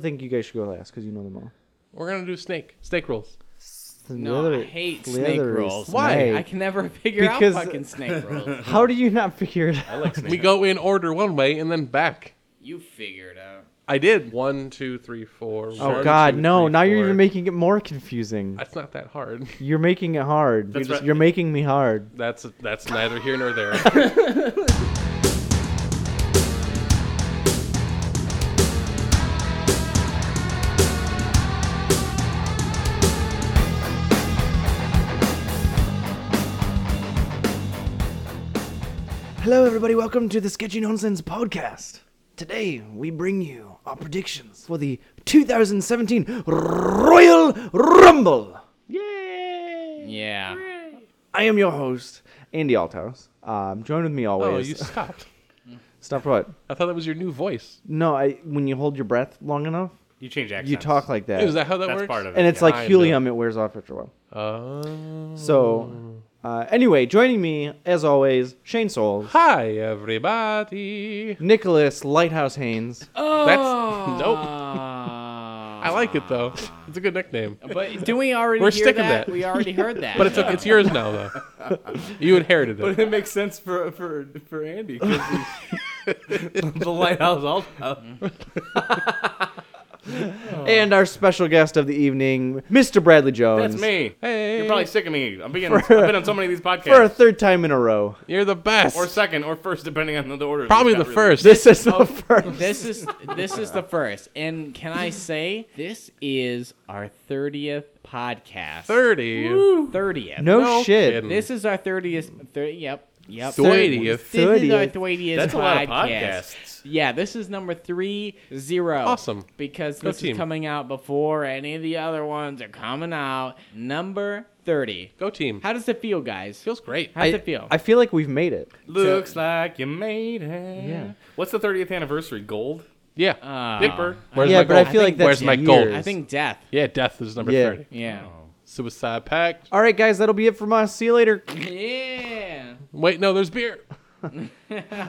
think you guys should go last because you know them all. We're gonna do snake snake rolls. The No, other- I hate the snake other is rolls. Why? snake. I can never figure Because- out fucking snake rolls. How do you not figure it out? I like snake. We go in order one way and then back. you figure it out. I did one, two, three, four. Oh one, God, two, no! three, now you're four. even making it more confusing. That's not that hard. You're making it hard. You're, That's just, right. you're making me hard. That's that's neither here nor there. Hello, everybody. Welcome to the Sketchy Nonsense podcast. Today we bring you our predictions for the 2017 Royal Rumble. Yeah. I am your host, Andy Althouse. Um, join with me oh, always. you stopped. Stop what? I thought that was your new voice. No, I, when you hold your breath long enough, You change accents. you talk like that. Is that how that That's works? part of it. and it's yeah. like Kinda. helium, it wears off after a while. Oh. So, uh, anyway, joining me as always, Shane Souls, Hi everybody. Nicholas Lighthouse Haynes, Oh. nope. I I like it though. It's a good nickname. But do we already We're hear sticking that. We already heard that. But it's it's yours now though. You inherited But it. it makes sense for for for Andy 'cause he's- the lighthouse also. and our special guest of the evening, Mr. Bradley Jones. That's me. Hey, You're you're, probably sick of me. I'm being, I've been on so many of these For a podcasts. third time in a row. the best. or second or first, depending on the order. probably It's the not really- first. This is the first. this is this is the first. And can I say this is our 30th podcast. Thirty. 30th. No, No shit. kidding. This is our 30th 30, yep. Yep. 30th. This is our 30th. 30th That's a lot podcast. of podcasts. Yeah, this is number three zero. Awesome. Because Good this team. is coming out before any of the other ones are coming out. Number thirty. Go team. How does it feel, guys? Feels great. How does it feel? I feel like we've made it. Looks like you made it. Yeah. What's the 30th anniversary? Gold? Yeah. Uh, Dipper? Where's yeah, my but gold? I feel like that's Where's my years. gold? I think death. Yeah, death is number Yeah. 30. Yeah. Oh. Suicide pact. All right, guys, that'll be it from us. See you later. Yeah. Wait, no, there's beer.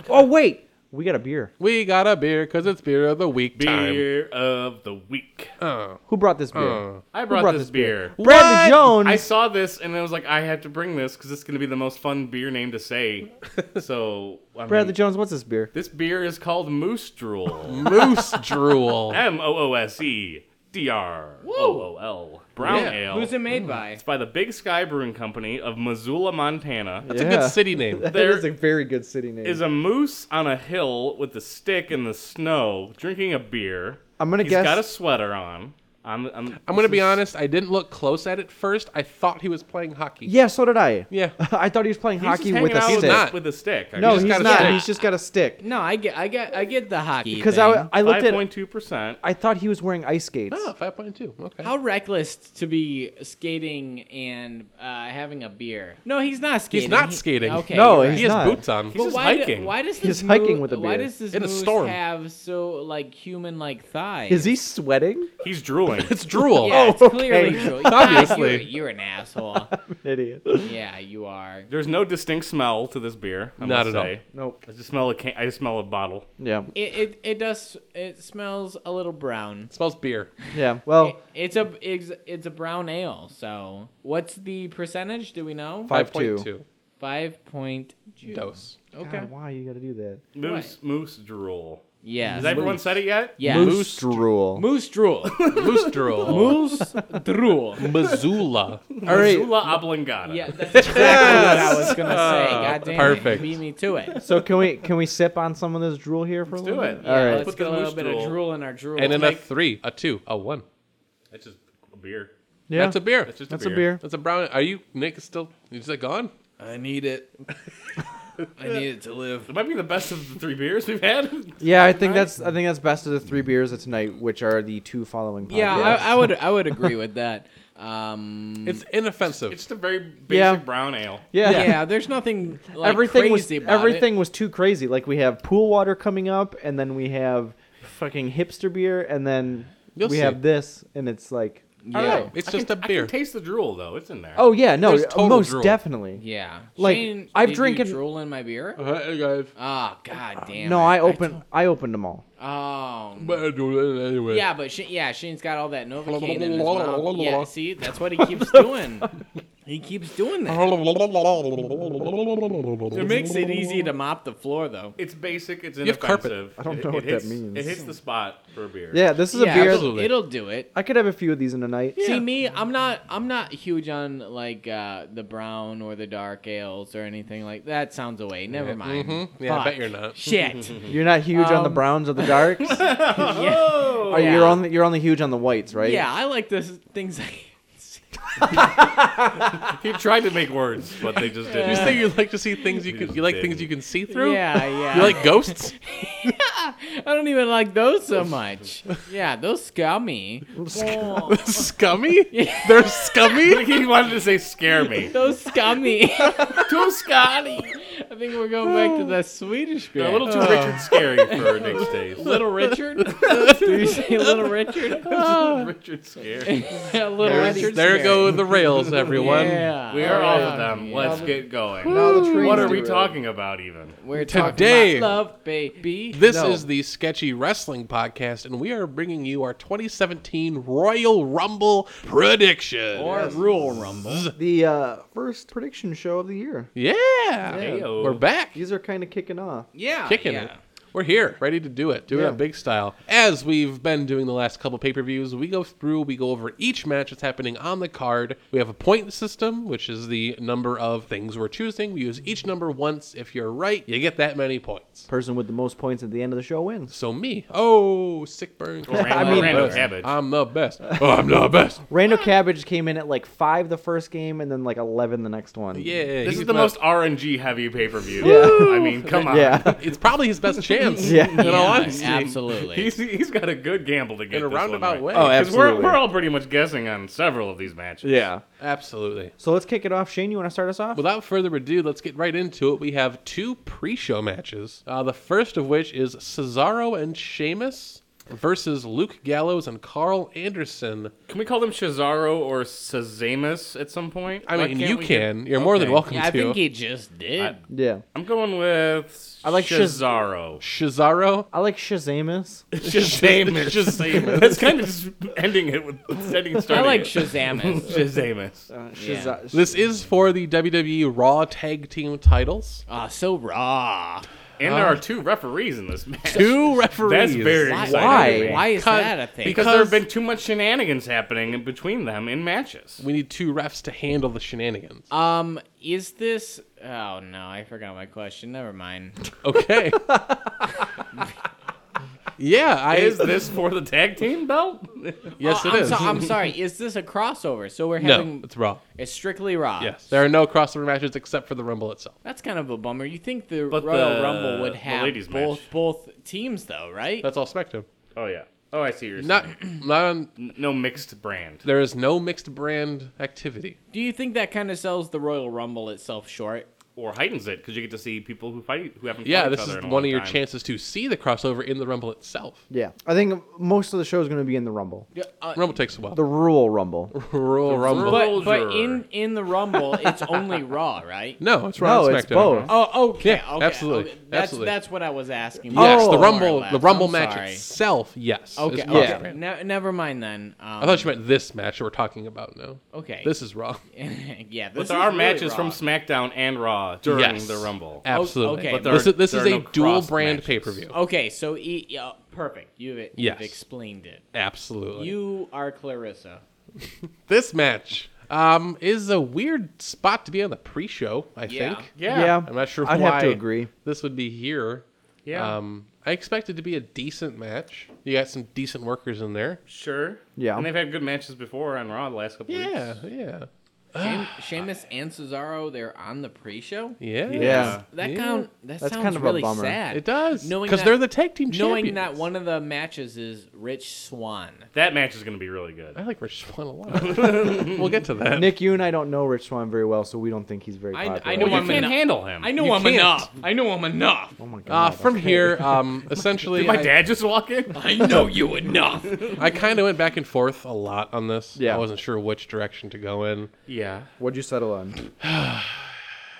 oh, wait. We got a beer. We got a beer because it's beer of the week time. Beer of the week. Uh, Who brought this beer? uh. I brought, brought this, this beer. Bradley Jones. I saw this and I was like, I have to bring this because it's going to be the most fun beer name to say. so, I mean, Bradley Jones, what's this beer? this beer is called Moose Drool. Moose drool. M O O S E D R O O L. Brown Yeah. ale. Who's it made by? It's by the Big Sky Brewing Company of Missoula, Montana. It It's a good city name. That There is a very good city name. is a moose on a hill with a stick in the snow, drinking a beer. I'm gonna He's guess- got a sweater on. I'm. I'm, I'm going to this be is- honest. I didn't look close at it first. I thought he was playing hockey. yeah, so did I. Yeah. I thought he was playing He's just hockey hanging with a out stick. with, Not. with a stick. No, He's he's, just got a not. stick. He's just got a stick. No, I get, I get, I get the hockey. Because thing. I, I looked five at point two percent. I thought he was wearing ice skates. Oh, 5.2. Okay. How reckless to be skating and uh, having a beer. No, he's not He's skating. not He- skating. Okay. No, he's you're right. he has not. boots on. He's But just why, do- hiking. why does He's this hiking moose- with a why beard. does this In a moose storm. have so like human like thighs? Is he sweating? He's drooling. It's drool. Yeah, it's Oh, clearly okay. true. Obviously. you're, you're an asshole. Idiot. yeah, you are. There's no distinct smell to this beer. I Not must at all. say. nope. I just smell a can- I just smell a bottle. Yeah. It, it it does. It smells a little brown. smells beer. Yeah. Well, It, it's a it's, it's a brown ale. So what's the percentage? Do we know? Five two. 5.2. Five point. Dose. Okay. God, why you got to do that? Moose moose drool. Yeah. Has everyone said it yet? Yeah. Moose drool. Moose drool. Moose drool. Moose drool. Missoula. All right. Missoula oblongata. Yeah, that's exactly what I was gonna say. God damn it, perfect. you beat me to it. So can we can we sip on some of this drool here for a Let's little do bit? it. Yeah, All right. let's Put get the a little moose bit drool. of drool in our drool. And then a Like- 3, a 2, a 1. That's just a beer. Yeah. That's a beer. That's just That's a a beer. That's a brown. Are you Nick? Is still? Is it gone? I need it. I need it to live. It might be the best of the three beers we've had. Yeah, I think that's I think that's best of the three beers of tonight, which are the two following. yeah, podcasts. I, I would I would agree with that. Um, It's inoffensive. It's just a very basic Yeah. brown ale. yeah. yeah. there's nothing like everything was crazy about everything was too crazy. Like we have pool water coming up, and then we have fucking hipster beer, and then You'll we see. have this, and it's like, It. I Yeah, don't know. It's I just can- a beer. I can taste the drool though. It's in there. oh yeah, no, There's total most drool. definitely. yeah. Like, Shane, I've did drinking- you drool in my beer. Uh, hey guys. Ah, god damn. no, it. I opened I, opened them all. Oh. anyway. Yeah, but Shane, yeah, Shane's got all that Novocaine in his mouth. Yeah, see, that's what he keeps doing. He keeps doing that. It makes it easy to mop the floor, though. It's basic. It's have carpet. inoffensive. I don't It- know it what that hits- means. It hits the spot for a beer. Yeah, this is a yeah, beer. it'll, it'll do it. I could have a few of these in a night. See me, I'm not I'm not huge on like uh, the brown or the dark ales or anything like that. Sounds away. Never mind. Mhm. Yeah, I Fuck. bet you're not. Shit. You're not huge on the Um, browns or the darks. yeah. Oh! Or yeah. You're only you're only huge on the whites, right? yeah, I like the s- things like He tried to make words, but they just You didn't. say you like to see things you can. You like things you can see through. Yeah, yeah. You like ghosts? I don't even like those so much. Yeah, those scummy. Oh, scummy? They're scummy. he wanted to say scare me. those scummy. too scotty. I think we're going back to the Swedish beer. A little too Richard scary for Nick's taste. Little Richard. Did you say Little Richard? Richard scary. Yeah, little Richard. there go the rails, everyone. Yeah. We are off yeah. of them. Let's get going. what What are we talking about even? We're Today- talking about love, baby. This is the Sketchy Wrestling Podcast, and we are bringing you our 2017 Royal Rumble prediction. or Rule Rumble. The uh, first prediction show of the year. yeah, Heyo. we're back. These are kind of kicking off. Yeah. kicking yeah. it. We're here, ready to do it, doing Yeah. it big style. As we've been doing the last couple pay per views, we go through, we go over each match that's happening on the card. We have a point system, which is the number of things we're choosing. We use each number once. If you're right, you get that many points. Person with the most points at the end of the show wins. So me, oh, sick burn. Random, mean- random Best. cabbage. I'm the best. Oh, I'm the best. Randall Cabbage came in at like five the first game and then like eleven the next one. Yeah, this he's is the my- most RNG heavy pay per view. Yeah. I mean, come on. Yeah. It's probably his best chance. Yeah. In all honesty. absolutely. He's, he's got a good gamble to get In a this one roundabout right. way. Oh, Because we're, absolutely. we're all pretty much guessing on several of these matches. yeah. Absolutely. So let's kick it off. Shane, you want to start us off? Without further ado, let's get right into it. We have two pre-show matches. Uh, the first of which is Cesaro and Sheamus versus Luke Gallows and Carl Anderson. Can we call them Cesaro or Sezamus at some point? I Why mean, can't you we get- can. You're more than Okay. welcome Yeah, I to. think he just did. I- Yeah. I'm going with I like Shaz- Cesaro. Cesaro. I like Shazamus. Uh, Shazamus. Shazamus. That's kind of just ending it with ending I starting. like it. Shazamus. Uh, Shazamus. Yeah. Shaza- This is for the WWE Raw Tag Team titles. Ah, so raw. And there are two referees in this match. Two referees. That's very Why? exciting. to Why? me. Why is Cut. that a thing? Because there have Because- been too much shenanigans happening in between them in matches. We need two refs to handle the shenanigans. Um, is this? Oh no, I forgot my question. Never mind. Okay. yeah, I Is this for the tag team belt? yes Oh, it I'm is. So, I'm sorry. Is this a crossover? So we're having no, it's Raw. it's strictly raw. Yes, there are no crossover matches except for the Rumble itself. That's kind of a bummer. You think the But Royal the- Rumble would the have ladies both match. both teams though, right? That's all SmackDown. Oh yeah. Oh, I see. You're Not, not on. no mixed brand. There is no mixed brand activity. Do you think that kind of sells the Royal Rumble itself short? or heightens it because you get to see people who fight who haven't. Yeah, fought this each is other in a one long of your time. chances to see the crossover in the Rumble itself. yeah. I think most of the show is going to be in the Rumble. Yeah, uh, Rumble takes a while. The Rural Rumble. Royal Rumble. but, but Soldier. in in the Rumble, it's only Raw, right? no, it's Raw No, and it's SmackDown. both. Oh, okay, Yeah, okay, absolutely, okay. That's absolutely. that's what I was asking. Yes, Oh. the Rumble, More or the less. Rumble I'm match sorry. itself. Yes. is Okay, cross yeah. okay. brand. Ne- never mind then. Um, I thought you meant this match that we're talking about now. Okay. This is Raw. yeah, this But there is are really matches raw. from SmackDown and Raw during Yes. the Rumble. Absolutely. Oh, okay. But But there this are- is, this there is are a no dual cross brand matches. pay per view. Okay, so e- yeah, perfect. You've, you've Yes. explained it. Absolutely. You are Clarissa. this match um, is a weird spot to be on the pre-show. I Yeah. think. Yeah. I'm not sure I'd why have to agree. this would be here. Yeah. Um, I expect it to be a decent match. You got some decent workers in there. Sure. Yeah. And they've had good matches before on Raw the last couple Yeah, weeks. yeah, Ah. Shame Sheamus and Cesaro, they're on the pre-show. yeah. Yeah. That Yeah. count. That That's sounds kind of a really bummer. sad. It does. Knowing Because that- they're the tag team Knowing champions. that one of the matches is Rich Swan. That match is going to be really good. I like Rich Swan a lot. we'll get to that. Nick, you and I don't know Rich Swan very well, so we don't think he's very I- popular. I know No Well, one you can can't- handle him. I know You I'm can't. enough. I know I'm enough. Oh my god. uh, from here, um, essentially, Did my I- dad just walk in? I know you enough. I kind of went back and forth a lot on this. Yeah. I wasn't sure which direction to go in. yeah. What'd you settle on?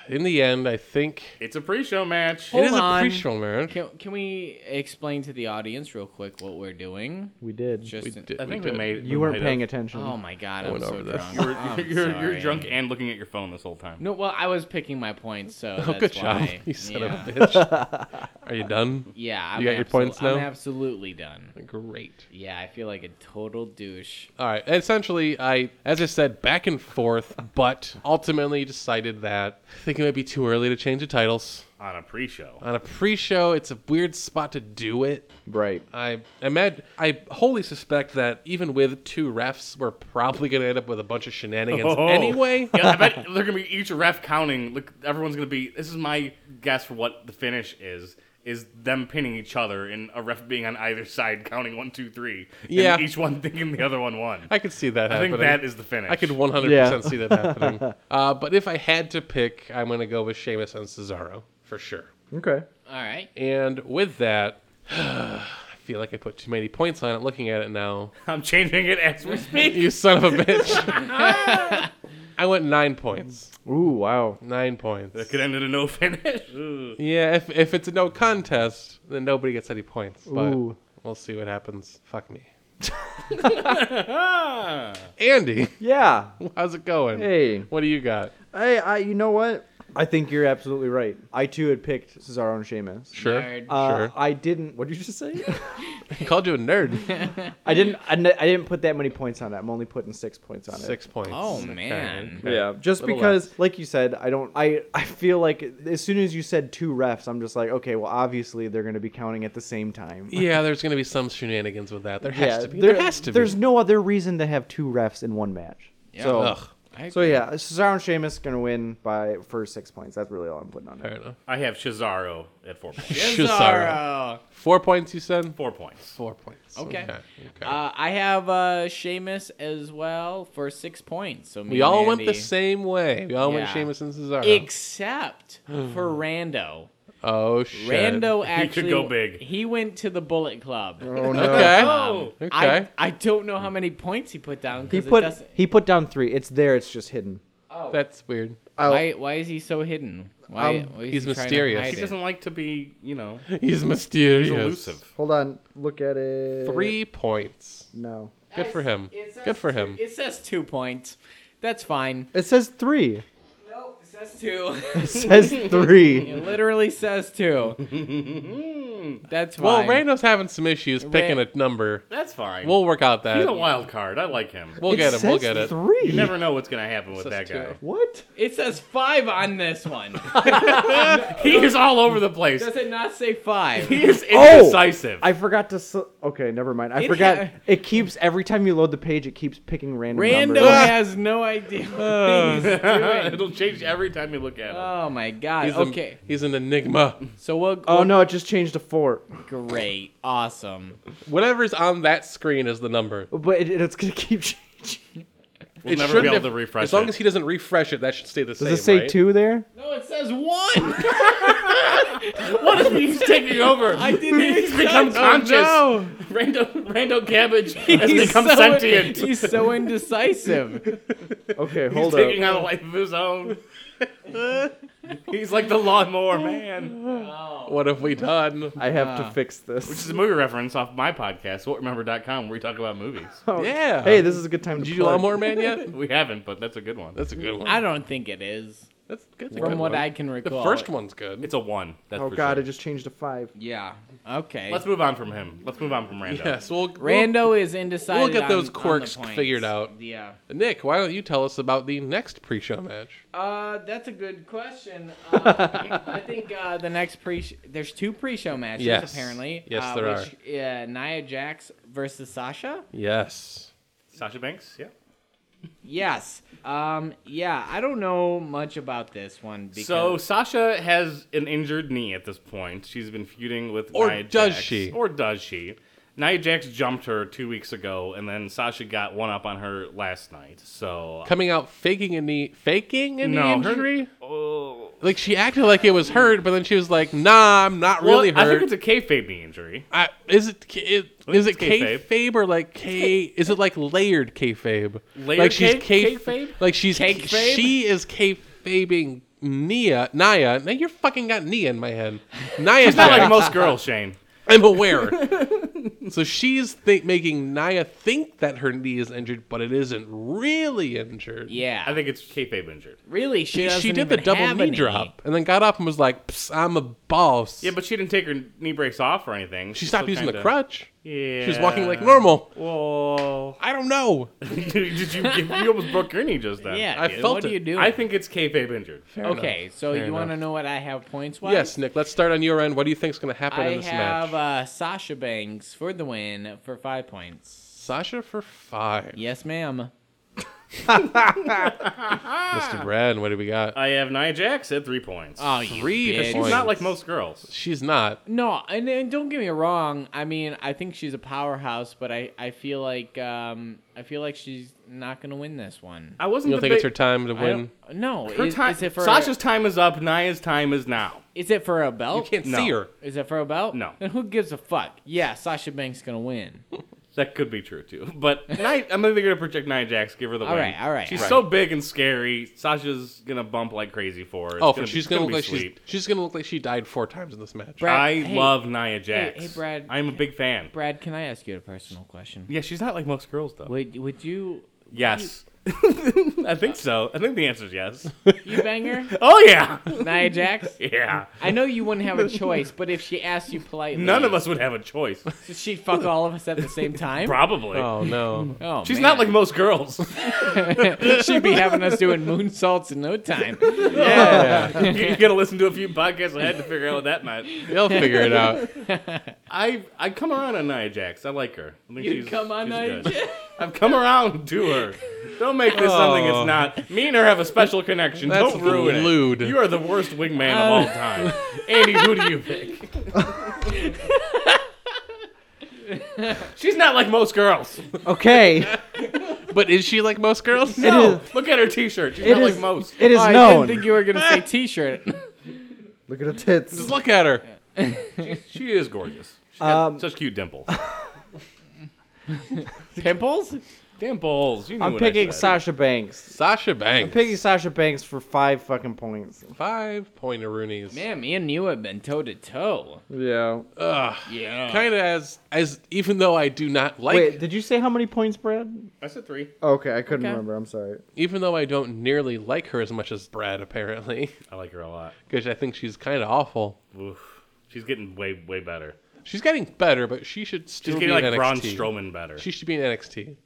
in the end, I think It's a pre-show match. Hold it is on. a pre-show match. Can, can we explain to the audience real quick what we're doing? We did. Just We did, I think we did. we, made. you we weren't might paying have- attention. Oh my god, I I'm went so over this. drunk. You're, I'm you're, you're sorry. drunk and looking at your phone this whole time. No, well, I was picking my points, so Oh, that's good job. why. You son yeah. of a bitch. Are you done? Yeah, I'm You got your absolu- points now? I'm absolutely done. Great. Yeah, I feel like a total douche. All right. Essentially, I, as I said, back and forth, but ultimately decided that I think it might be too early to change the titles On a pre-show. on a pre-show. It's a weird spot to do it. Right. I imagine I wholly suspect that even with two refs, we're probably going to end up with a bunch of shenanigans Oh. anyway. yeah, I bet they're gonna be each ref counting. Look, everyone's gonna be. This is my guess for what the finish is. Is them pinning each other and a ref being on either side counting one, two, three. and Yeah. each one thinking the other one won. I could see that I happening. think that is the finish. I could 100% Yeah. see that happening. Uh, but if I had to pick, I'm going to go with Sheamus and Cesaro for sure. Okay. All right. And with that, I feel like I put too many points on it looking at it now. I'm changing it as we speak. You son of a bitch. I went nine points. Ooh, wow. Nine points. That could end in a no finish. Ugh. Yeah, if, if it's a no contest, then nobody gets any points. But Ooh. we'll see what happens. Fuck me. Ah. Andy, Yeah. how's it going? Hey. What do you got? Hey, I. You know what? I think you're absolutely right. I too had picked Cesaro and Sheamus. Sure. Nerd. Uh, Sure. I didn't. What did you just say? I called you a nerd. I didn't. I, ne- I didn't put that many points on it. I'm only putting six points on it. Six points. Oh, man. okay. Yeah, just Little because, like you said, I don't. I I feel like as soon as you said two refs, I'm just like, okay, well, obviously they're going to be counting at the same time. Yeah, there's going to be some shenanigans with that. There has Yeah, to be. there- There, has to There's be. no other reason to have two refs in one match. Yeah. So, Ugh. I so agree. yeah, Cesaro and Sheamus going to win by for six points. That's really all I'm putting on Fair it. enough. I have Cesaro at four points. Cesaro. Four points, you said? Four points. Four points. Okay. Okay. okay. Uh, I have uh, Sheamus as well for six points. So me we and all went the Andy- same way. We all went Yeah. Sheamus and Cesaro. except for Rando. oh shit. Rando could actually go big. He went to the Bullet Club. Oh no. Okay. Oh. okay. I, I don't know how many points he put down. He 'cause It put doesn't, he put down three. It's there. It's just hidden. That's weird. why, why is he so hidden? Why, Um, why is He's he trying to mysterious. hide He it? doesn't like to be, you know, He's mysterious. he's elusive. Hold on. Look at it. Three points. No. Good for him. It says Good for two- him. It says two points. That's fine. It says three. Nope, it says two. It says three. it literally says two. That's fine. Well, Rando's having some issues picking a number. That's fine. We'll work out that. he's a wild card. I like him. Uh, We'll It get him. We'll says get it. Three. you never know what's gonna happen with Says that two. guy. What? It says five on this one. He is all over the place. Does it not say five? He is Oh! indecisive. I forgot to. Sl- okay, never mind. I It forgot. ha- it keeps every time you load the page, it keeps picking random Rando numbers. has no idea what he's doing. It'll change every time you look at him. Oh my god. He's a- okay. he's an enigma. So we'll, Oh no, it just changed to four. Great. Awesome. Whatever's on that screen is the number. But it, it's gonna keep changing. we'll It never shouldn't be able have- to refresh As long it. as he doesn't refresh it, that should stay the Does same. it say right? two there? No, it says one. what if he's taking over? I didn't he's even become touch- conscious. Rando, Rando Cabbage has become so, sentient. He's He's so indecisive. Okay, hold up. taking on a life of his own. he's like the lawnmower man. What have we done? I have to fix this. This is a movie reference off my podcast, whatremember.com, where we talk about movies. Oh, Yeah. Hey, this is a good time Did to. you do plug. Lawnmower Man yet? We haven't, but that's a good one. That's a good one. I don't think it is. That's, that's a From good what one. I can The recall. first one's good. It's a one. That's Oh for god, sure. it just changed to five. Yeah. Okay. Let's move on from him. Let's move on from Rando. yes. Well, Rand- Rando is indecisive. we'll get those quirks figured out. Yeah. Nick, why don't you tell us about the next pre-show match? Uh, that's a good question. Uh, I think uh, the next pre there's two pre-show matches Yes. apparently. Yes, uh, there which, are. Uh, Nia Jax versus Sasha. Yes. Sasha Banks, yeah. Yes. Um. Yeah. I don't know much about this one. Because So Sasha has an injured knee at this point. She's been feuding with Or Nia does Jax. she? Or does she? Nia Jax jumped her two weeks ago, and then Sasha got one up on her last night. So Coming out faking a knee, faking a knee No, her- injury. Like she acted like it was hurt, but then she was like, "Nah, I'm not Well, really I hurt." think it's a kayfabe knee injury. I- is it ca- it- think is it it's kayfabe. kayfabe or like k? Is it like layered kayfabe? Layered like she's kay- kayf- kayfabe? Like she's Kayfabe? she is kayfabing Nia, Naya. Now you're fucking got Nia in my head. Naya Not like Jax. most girls, Shane. I'm aware. so she's th- making Naya think that her knee is injured, but it isn't really injured. Yeah. I think it's kayfabe injured. really, she She, doesn't she did the even double have knee any. drop and then got up and was like, Psst, "I'm a boss." Yeah, but she didn't take her knee brace off or anything. she stopped still using the kinda- crutch. Yeah. She was walking like normal. Whoa. I don't know. Did you, you almost broke your knee just then. Yeah, I dude, felt what it. do you do? I think it's kayfabe injured. okay, so Fair you want to enough. know what I have points wise? Yes, Nick. Let's start on your end. What do you think's going to happen I in this have match? uh, Sasha Banks for the win for five points. Sasha for five. Yes, ma'am. Mr. Brad, what do we got? I have Nia Jax at three points. Oh, you Three bitch. She's points. not like most girls. She's not. No, and, and don't get me wrong. I mean, I think she's a powerhouse, but I, I feel like um I feel like she's not gonna win this one. I wasn't. You don't the think it's her big- time to I win? don't- No, Her is, time. is it for Sasha's time is up. Nia's time is now. Is it for a belt? You can't No. see her. Is it for a belt? No. Then who gives a fuck? Yeah, Sasha Banks gonna win. That could be true too. But Nia, I'm either gonna project Nia Jax, give her the All win. right, all right, She's all so big and scary. Sasha's gonna bump like crazy for her. It's Oh, for- gonna be- she's it's gonna, be look like sweet. she's, she's gonna look like she died four times in this match. Brad, I hey, love Nia Jax. hey, Brad. I'm a big fan. Brad, can I ask you a personal question? Yeah, she's not like most girls though. Would would you Yes. I think so. I think the answer is yes. you bang her, Oh yeah. Nia Jax? Yeah. I know you wouldn't have a choice, but if she asked you politely, None of us would have a choice. she'd fuck all of us at the same time. Probably. Oh no. Oh, She's man. not like most girls. She'd be having us doing moonsaults in no time. you you gotta listen to a few podcasts ahead to figure out what that meant. They'll figure it out. I I come around on Nia Jax. I like her. I think You'd she's, come on she's Nia good. I've come around to her. Don't make this something Oh. it's not. Me and her have a special connection. That's Don't ruin lewd. it. You are the worst wingman Uh, of all time. Andy, who do you pick? she's not like most girls. Okay. But is she like most girls? No, Oh, look at her T-shirt. She's It not is, like most. it is I known. didn't think you were gonna say T-shirt. Look at her tits. Just look at her. She is gorgeous. She Um, had such cute dimples. Pimples? dimples. You knew I'm what I picking said. Sasha Banks. Sasha Banks. I'm picking Sasha Banks for five fucking points. Five pointer Roonies. Man, me and you have been toe to toe. Yeah. Yeah. Kind of as as even though I do not like, Wait, did you say how many points, Brad? I said three. Okay, I couldn't Okay. remember. I'm sorry. even though I don't nearly like her as much as Brad apparently, I like her a lot. because I think she's kind of awful. Oof. She's getting way way better. She's getting better, but she should She's still be getting like in NXT. Braun Strowman better. She should be in NXT.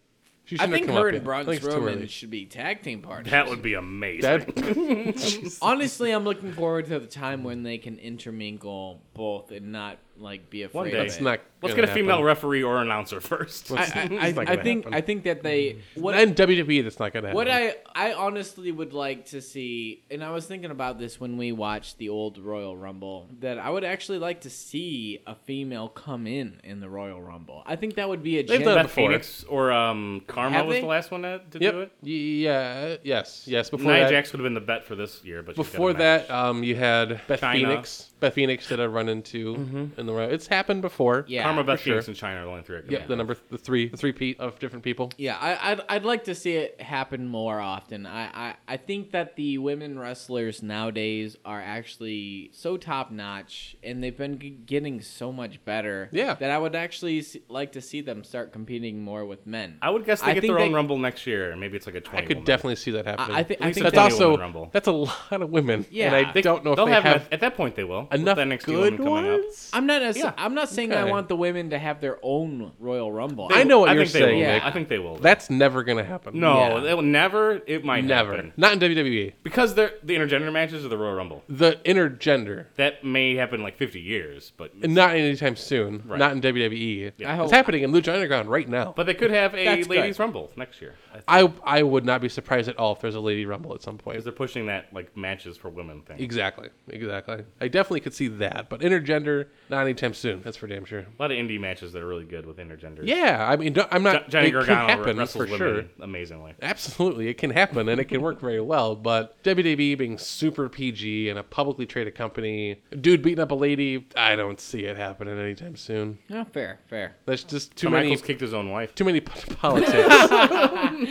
She I shouldn't have think come her up and yet. Braun I think it's too Strowman early. should be tag team partners. that would be amazing. That- Honestly, I'm looking forward to the time when they can intermingle both and not like be afraid. day. of that's it. not. Let's gonna get a female happen. referee or announcer first. Let's- I, it's not I, I gonna think happen. I think that they what and WWE, that's not gonna happen. What I I honestly would like to see, and I was thinking about this when we watched the old Royal Rumble, that I would actually like to see a female come in in the Royal Rumble. I think that would be a They've gen- done- Beth before. Phoenix or um, Karma Have was they? the last one that, to Yep. do it. Yeah. Yes. Yes. Before Nia that, Jax would have been the bet for this year, but she's got a before match. that, um, you had Beth China. Phoenix. Beth Phoenix that I run into Mm-hmm. in the row. It's happened before. yeah, Karma, Beth for Phoenix, sure. and China are the only three. I can Yep. The remember. number, the three, the three peat of different people. yeah. I, I'd I'd like to see it happen more often. I, I I think that the women wrestlers nowadays are actually so top notch, and they've been g- getting so much better. Yeah. that I would actually s like to see them start competing more with men. I would guess they I get think their own they- Rumble next year, and maybe it's like a I twenty. could woman. definitely see that happening. I, thi- I least think a That's that- Daniel also Women Rumble. that's a lot of women. Yeah. And I They, don't know if they'll they have, have, at that point they will enough with the NXT good woman coming up. ones. I'm not. necess- Yeah. I'm not saying I Okay. want the women to have their own Royal Rumble. I know what I you're think they will. saying. Yeah. Nick. I think they will. though. That's never gonna happen. no, Yeah. they will never. It might never. happen. Not in WWE. because they're the intergender matches are the Royal Rumble. The intergender. That may happen in like fifty years, but Not anytime soon. Right. Not in WWE. Yeah. I hope- It's happening in Lucha Underground right now. but they could have a That's good. ladies Rumble next year. I think. I I would not be surprised at all if there's a Lady Rumble at some point. Because they're pushing that like matches for women thing. Exactly, exactly. I definitely could see that, but intergender not anytime soon. That's for damn sure. A lot of indie matches that are really good with intergender. Yeah, I mean, don't- I'm not. Jo- Johnny it Gargano can happen wrestles for women sure. amazingly. Absolutely, it can happen and it can work very well. But WWE being super PG and a publicly traded company, a dude beating up a lady, I don't see it happening anytime soon. No, Oh, fair, fair. That's just too Shawn many. Michaels kicked his own wife. Too many p- politics.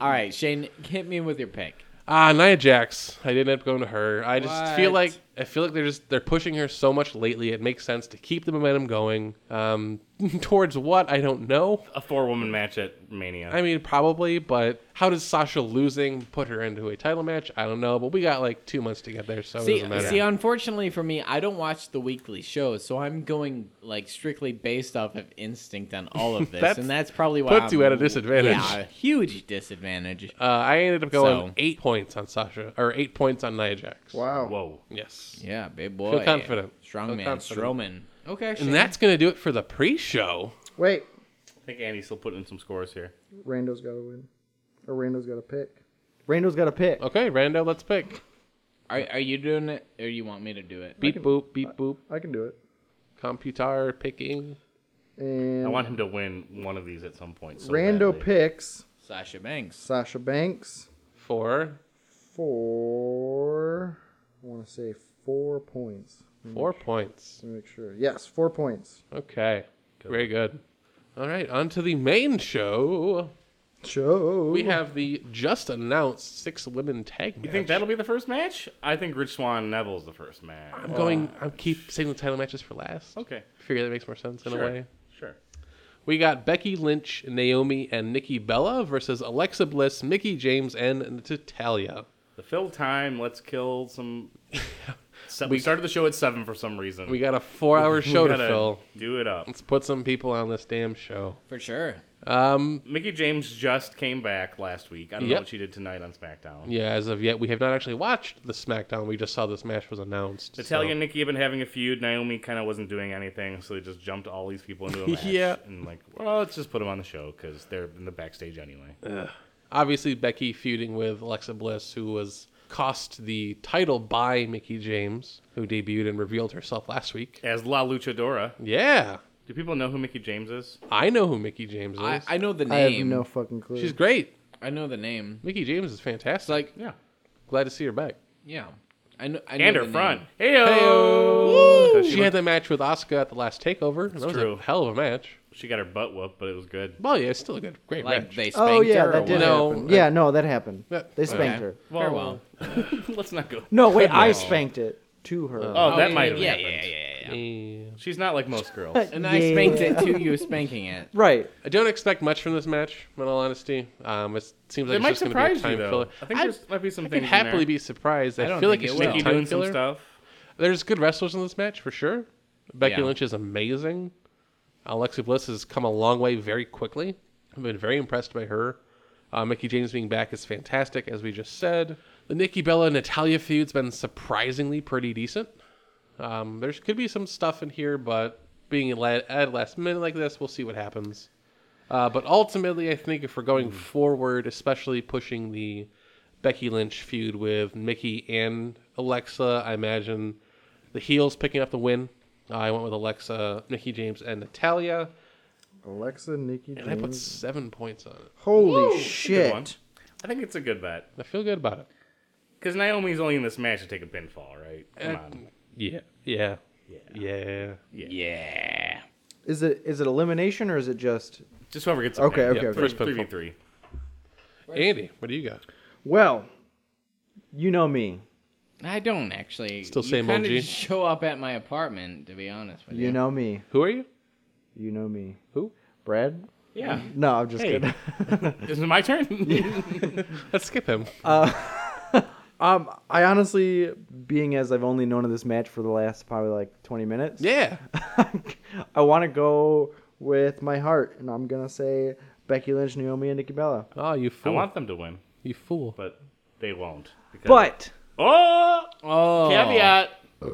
All right, Shane, hit me with your pick. Ah, Nia Jax. I didn't end up going to her. I just feel What? like I feel like they're just they're pushing her so much lately. It makes sense to keep the momentum going. Um, towards what I don't know. A four woman match at Mania. I mean, probably, but how does Sasha losing put her into a title match? I don't know, but we got like two months to get there, so it See, doesn't matter. see, unfortunately for me, I don't watch the weekly shows, so I'm going like strictly based off of instinct on all of this, That's- and that's probably why puts I'm- you at a disadvantage. Yeah, a huge disadvantage. uh, I ended up going So- eight points on Sasha or eight points on Nia Jax. Oh. Wow. Whoa. Yes. Yeah, big boy. confident. Feel Strongman confident. Strowman. Okay, And that's gonna do it for the pre-show. Wait, I think Andy's still putting in some scores here. Rando's got to win, or Rando's got to pick. Rando's got to pick. Okay, Rando, let's pick. Are, are you doing it, or you want me to do it? Beep boop, beep boop. I can do it. Computar picking. And I want him to win one of these at some point. So Rando badly. picks Sasha Banks. Sasha Banks Four. for I want to say four points. Four points. Let me make sure. Yes, four points. Okay. Very good. All right, on to the main show. Show. We have the just announced six women tag match. You think that'll be the first match? I think Rich Swan and Neville's the first match. I'm going. I'm keep saving the title matches for last. Okay. Figure that makes more sense in Sure. a way. Sure. We got Becky Lynch, Naomi, and Nikki Bella versus Alexa Bliss, Mickey James, and Natalia. The fill time. Let's kill some. Se- we started the show at seven for some reason. We got a four-hour We show to gotta fill. Do it up. Let's put some people on this damn show. For sure. Um, Mickey James just came back last week. I don't Yep. know what she did tonight on SmackDown. yeah, as of yet, we have not actually watched the SmackDown. We just saw this match was announced. so- Natalia and Nikki have been having a feud. Naomi kind of wasn't doing anything, so they just jumped all these people into a match. Yeah. And like, well, let's just put them on the show because they're in the backstage anyway. obviously Becky feuding with Alexa Bliss, who was cost the title by Mickey James, who debuted and revealed herself last week. As La Luchadora. Yeah, Do people know who Mickey James is? I know who Mickey James is. I, I know the I have name. no fucking clue. She's great. I know the name. Mickey James is fantastic. Like, Yeah. glad to see her back. Yeah. I know. I know And the her name. front. Hey, Because she She, had that match with Asuka at the last takeover. and That was true. a hell of a match. she got her butt whooped, but it was good. Well, yeah, it's still a good, great Like match. they spanked oh yeah, her. or that did what? No, happen. I- yeah, no, that happened. Yeah. They spanked Okay. her. Farewell. Let's not go. No, wait, I spanked it to her. Oh, that yeah, might have yeah, happened. yeah, yeah, yeah, yeah. Yeah. She's not like most girls. And I Yeah. spanked it too. You were spanking it. Right. I don't expect much from this match, in all honesty. Um, it seems like It it's might just going to be surprise a time you though. filler. I think there's might be some I'd things. in happily there. be surprised. I, don't feel like think it's just it a will. Nikki time doing some killer. stuff. There's good wrestlers in this match for sure. Becky Yeah. Lynch is amazing. Alexa Bliss has come a long way very quickly. I've been very impressed by her. Uh, Mickey James being back is fantastic, as we just said. The Nikki Bella Natalia feud's been surprisingly pretty decent. Um, there could be some stuff in here, but being la- at last minute like this, we'll see what happens. Uh, but ultimately, I think if we're going forward, especially pushing the Becky Lynch feud with Mickey and Alexa, I imagine the heels picking up the win. I went with Alexa, Mickey James, and Natalia, Alexa, Nikki, and I put James. seven points on it. Holy Good one. shit. I think it's a good bet I feel good about it. because Naomi's only in this match to take a pinfall, right? Come Eh, on. Yeah, yeah, yeah, yeah. Yeah. Is it is it elimination or is it just Just whoever gets Okay, okay, okay. First First three v pinfall. three. Andy, what do you got? Well, you know me. I don't actually. Still you same kinda OG? just show up at my apartment, to be honest with you. You know me. Who are you? You know me. Who? Brad? Yeah. Mm-hmm. No, I'm just Hey. kidding. Is it my turn? Let's skip him. Um, I honestly, being as I've only known of this match for the last probably like 20 minutes, yeah, I want to go with my heart, and I'm gonna say Becky Lynch, Naomi, and Nikki Bella. Oh, you I fool! want them to win, you fool! but they won't. Because... But oh, Oh. caveat.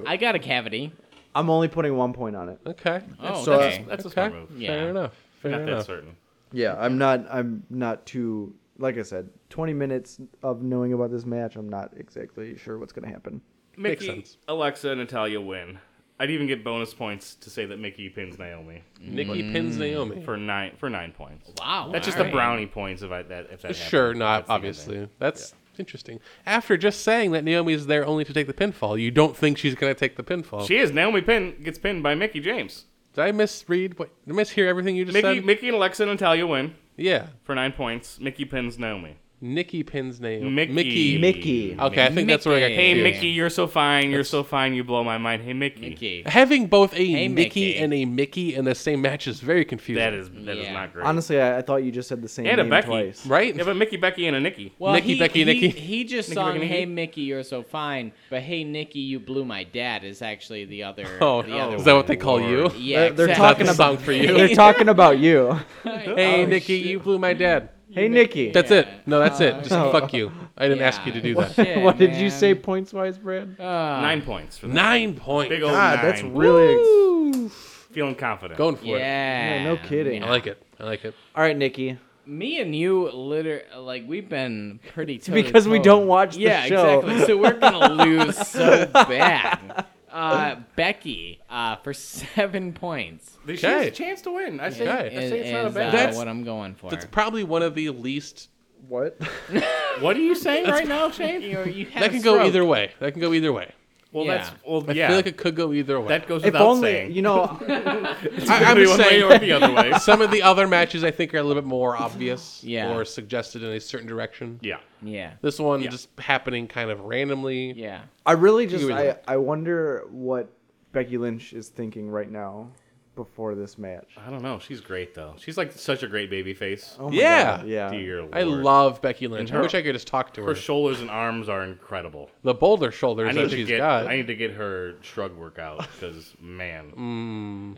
I got a cavity. I'm only putting one point on it. Okay, Oh, So, okay. That's a okay, smart move. Yeah. fair enough. Fair Not that enough. certain. Yeah, I'm not. I'm not too. Like I said, 20 minutes of knowing about this match, I'm not exactly sure what's gonna happen. Mickey, sense. Alexa, and Natalia win. I'd even get bonus points to say that Mickey pins Naomi Nikki Mm. pins Naomi. for nine for nine points. Wow. That's just all the right. brownie points if I, that if that. Sure, happens. not That's the good obviously. thing. That's interesting. After just saying that Naomi is there only to take the pinfall, you don't think she's going to take the pinfall. She is Naomi pin gets pinned by Mickey James. Did I misread? What, did I mishear everything you just Mickey said? Mickey and Alexa and Natalia win yeah. for nine points. Mickey pins Naomi. Nikki Pin's name. Mickey. Mickey. Mickey. Okay, I think that's where I got Mickey. confused. Hey, Mickey, you're so fine. You're so fine. You blow my mind. Hey, Mickey. Mickey. Having both a Hey, Mickey, Mickey. and a Mickey in the same match is very confusing. That is that is Yeah. not great. Honestly, I, I thought you just said the same and a name Becky. twice. right. Yeah, but Mickey, Becky, and a Nikki. Well, Nicky, he, Becky, he, Nicky. He just Nicky, sung Becky, Nicky. "Hey Mickey, you're so fine," but "Hey Nikki, you blew my dad" is actually the other. Oh, the other is that what they one. call you? Yeah, They're- they're Not exactly. the Talking song for you. They're talking about you. hey, Nikki, you blew my dad. Hey, Nikki. That's it. No, that's it. Just Oh. fuck you. I didn't ask you to do that. Shit, what did you man. say points wise, Brad? Uh, Nine points for that. Nine points. Big old God, nine. that's really. Ex- Feeling confident. Going for Yeah. Yeah, no kidding. it. I like it. I like it. All right, Nikki. Me and you, liter like we've been pretty. toe to Because we toe. don't watch the Yeah, show. exactly. So we're gonna lose so bad. Uh, Becky, uh, for seven points. She has Okay. a chance to win. I say, I Is, say it's not a is, bad. uh, That's- what I'm going for. That's probably one of the least. What? what are you saying right now, Shane? you, you had That a can go stroke. either way. That can go either way. Well, Yeah. that's well, I yeah. feel like it could go either way. that goes If without only saying. you know. I, I'm Either just one way saying. or the other way. Some of the other matches I think are a little bit more obvious Yeah. or suggested in a certain direction. Yeah. Yeah. This one Yeah. just happening kind of randomly. Yeah. I really just You would I, like. I wonder what Becky Lynch is thinking right now before this match. I don't know. She's great though. She's like such a great baby face. Oh my Yeah. God, yeah. Dear Lord. I love Becky Lynch. her- I wish I could just talk to her. her shoulders and arms are incredible. the boulder shoulders I that need to she's get got. I need to get her shrug workout because man,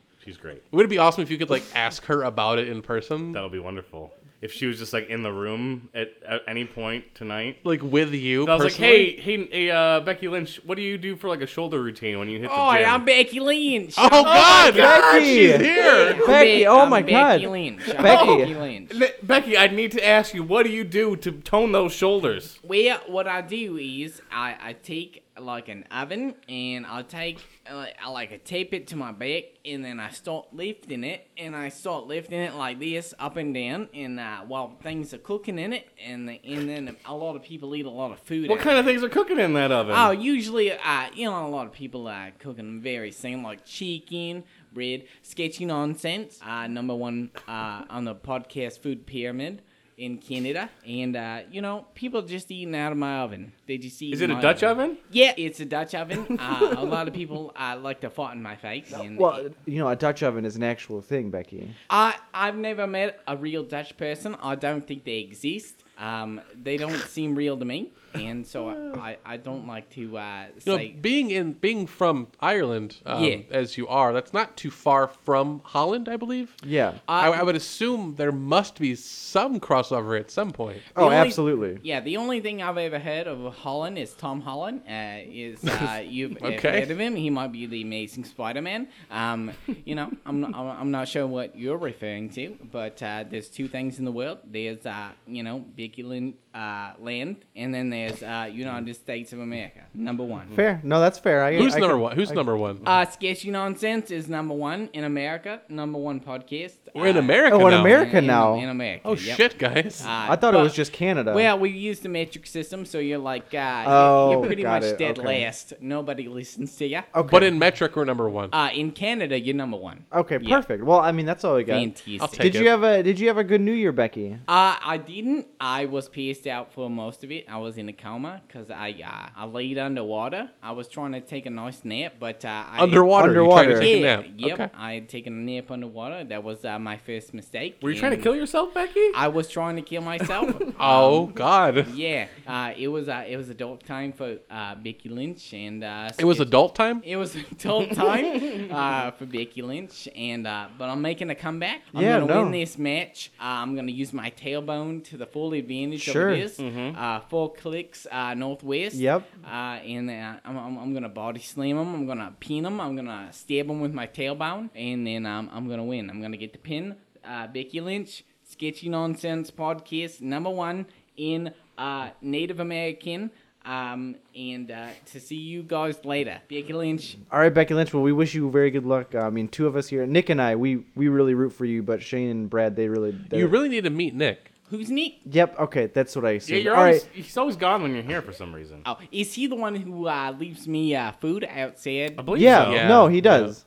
Mm. she's great. Would it be awesome if you could like ask her about it in person, That'll be wonderful. If she was just like in the room at, at any point tonight. like with you? I was like, personally? hey, hey, hey uh, Becky Lynch, what do you do for like a shoulder routine when you hit the Oh, gym? I'm Becky Lynch. oh, God, Becky! she's here. I'm Becky, Be- oh I'm my Becky God. Lynch. I'm Becky. Becky Lynch. Le- Becky, I need to ask you, what do you do to tone those shoulders? Well, what I do is I, I take like an oven and I take uh, I like I tape it to my back and then I start lifting it and I start lifting it like this up and down and uh, while things are cooking in it and the, and then a lot of people eat a lot of food. What out kind of things are cooking in that oven? Oh, usually, uh, you know, a lot of people are cooking very same like chicken, bread, sketchy nonsense. Uh, number one uh, on the podcast food pyramid in Canada, and uh, you know, people just eating out of my oven. Did you see? Is it a Dutch oven? Yeah, it's a Dutch oven. Uh, a lot of people uh, like to fart in my face. And Well, you know, a Dutch oven is an actual thing, Becky. I I've never met a real Dutch person. I don't think they exist. Um, they don't seem real to me, and so I, I, I don't like to uh, You know, say. being in being from Ireland um, Yeah. as you are, that's not too far from Holland, I believe. Yeah. I, I would assume there must be some crossover at some point. oh, only- absolutely. Yeah, the only thing I've ever heard of Holland is Tom Holland. Uh, is uh, you've ever Okay. heard of him? He might be the Amazing Spider-Man. Um, you know, I'm not, I'm I'm not sure what you're referring to, but uh, there's two things in the world. There's uh, you know, Vicky Lynn, uh, Land, and then there's uh, United States of America. Number one. Fair. No, that's fair. I, Who's I number could- one? Who's number one? Uh, sketchy nonsense is number one in America. Number one podcast. We're in uh, America Oh, in now. America now. In, in America. Oh yep. shit, guys! Uh, I thought it was but- just Canada. Well, we use the metric system, so you're like, uh, you're- Oh, you're pretty got much it, dead okay. last. Nobody listens to you. okay. But in metric, we're number one. Uh, in Canada, you're number one. okay, yeah. perfect. Well, I mean, that's all I got. Fantastic. I'll take Did it. you have a Did you have a good New Year, Becky? Uh, I didn't. I was pierced out for most of it. I was in a coma because I uh, I laid underwater. I was trying to take a nice nap, but uh, I, underwater? you tried to Underwater. take a Yeah, nap. yep. Um, Okay. I had taken a nap underwater. That was uh, my first mistake. Were you trying to and kill yourself, Becky? I was trying to kill myself. Oh God! yeah, uh, it was uh, it was adult time for uh, Becky Lynch, and uh, It was it's- adult time. It was adult time uh, for Becky Lynch, and uh, but I'm making a comeback. I'm Yeah, gonna no. win this match. Uh, I'm gonna use my tailbone to the full advantage Sure. of this. Uh, four clicks uh, northwest. Yep. Uh, and uh, I'm, I'm, I'm gonna body slam him. I'm gonna pin him. I'm gonna stab him with my tailbone, and then um, I'm gonna win. I'm gonna get the pin. Uh, Becky Lynch, sketchy nonsense podcast number one in uh, Native American. Um, and uh, to see you guys later, Becky Lynch. All right, Becky Lynch. Well, we wish you very good luck. Uh, I mean, two of us here, Nick and I, we we really root for you. But Shane and Brad, they really. they- You really need to meet Nick. Who's Nick? Yep. Okay, that's what I yeah, assumed. you're All always, right. he's always gone when you're here for some reason. Oh, is he the one who uh, leaves me uh, food I outside? believe Yeah, so. Yeah. No, he does.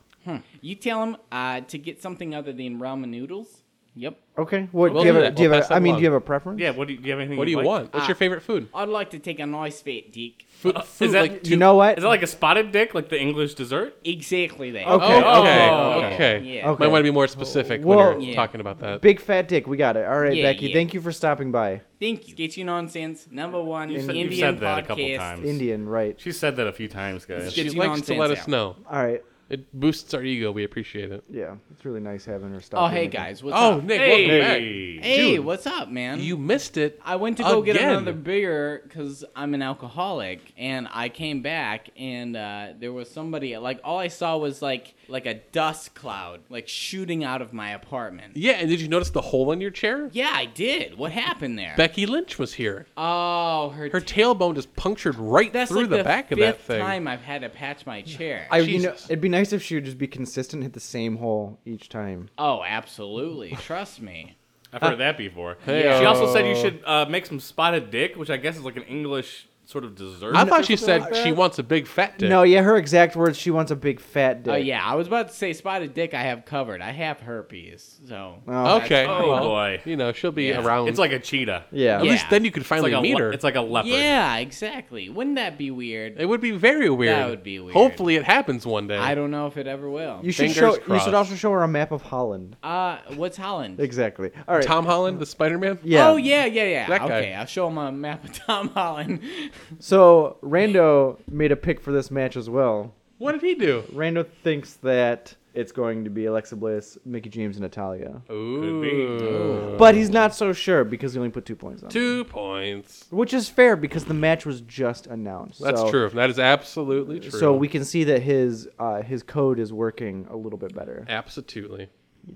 You tell him uh, to get something other than ramen noodles Yep. Okay. What We'll do you have? do A, that. do you We'll have? A, pass that I mean, do along. you have a preference? Yeah, what do you, do you have anything? What do you you like? want? What's your favorite food? I'd like to take a nice fat dick. Food, food that- like You know Oh, what? Is it like a spotted dick, like the English dessert? Exactly Okay. that. Oh, okay, Oh, okay. Yeah. Okay. Might want to be more specific Well- when you're Yeah. talking about that. Big fat dick. We got it. All right, Yeah, Becky. yeah. Thank you for stopping by. Think sketchy nonsense number one You said, Indian you've said podcast. that a couple times. Indian, right? She said that a few times, guys. Get She your likes to let nonsense us out. know. All right. It boosts our ego. We appreciate it. Yeah, it's really nice having her stop. Oh in hey again. guys, what's Oh, up? Nick, welcome Hey. Hey, dude. what's up, man? back. You missed it. I went to go get Again. another beer because I'm an alcoholic, and I came back and uh, there was somebody like all I saw was like like a dust cloud like shooting out of my apartment. Yeah, and did you notice the hole in your chair? Yeah, I did. What happened there? Becky Lynch was here. oh, her. Her t- tailbone just punctured right that's through like the, the back of fifth that thing. time I've had to patch my chair. I, you know, Jesus. it'd be nice if she would just be consistent, hit the same hole each time. oh, absolutely. Trust me. I've uh, heard that before. Hey-o. She also said you should uh, make some spotted dick, which I guess is like an English sort of dessert. I thought she said she wants a big fat dick. No, yeah, her exact words. She wants a big fat dick. Oh yeah, I was about to say spotted dick. I have covered. I have herpes, so Oh, Okay. Oh, well, boy. You know she'll be Yeah. around. It's like a cheetah. Yeah. at least Yeah. then you could It's finally like, a meet le- her. it's like a leopard. yeah, exactly. Wouldn't that be weird? it would be very weird. would be weird. Hopefully it happens one day. I don't know if it ever will. You should Fingers show. You crossed. should also show her a map of Holland. Uh, what's Holland? Exactly. All right. Tom Holland, the Spider Man. yeah. Oh yeah, yeah, yeah. That guy. Okay, I'll show him a map of Tom Holland. So Rando made a pick for this match as well. What did he do? Rando thinks that it's going to be Alexa Bliss, Mickey James, and Natalia. Ooh. Uh. But he's not so sure because he only put two points on. it. Two points. Which is fair because the match was just announced. That's so, true. That is absolutely true. So we can see that his uh, his code is working a little bit better. absolutely.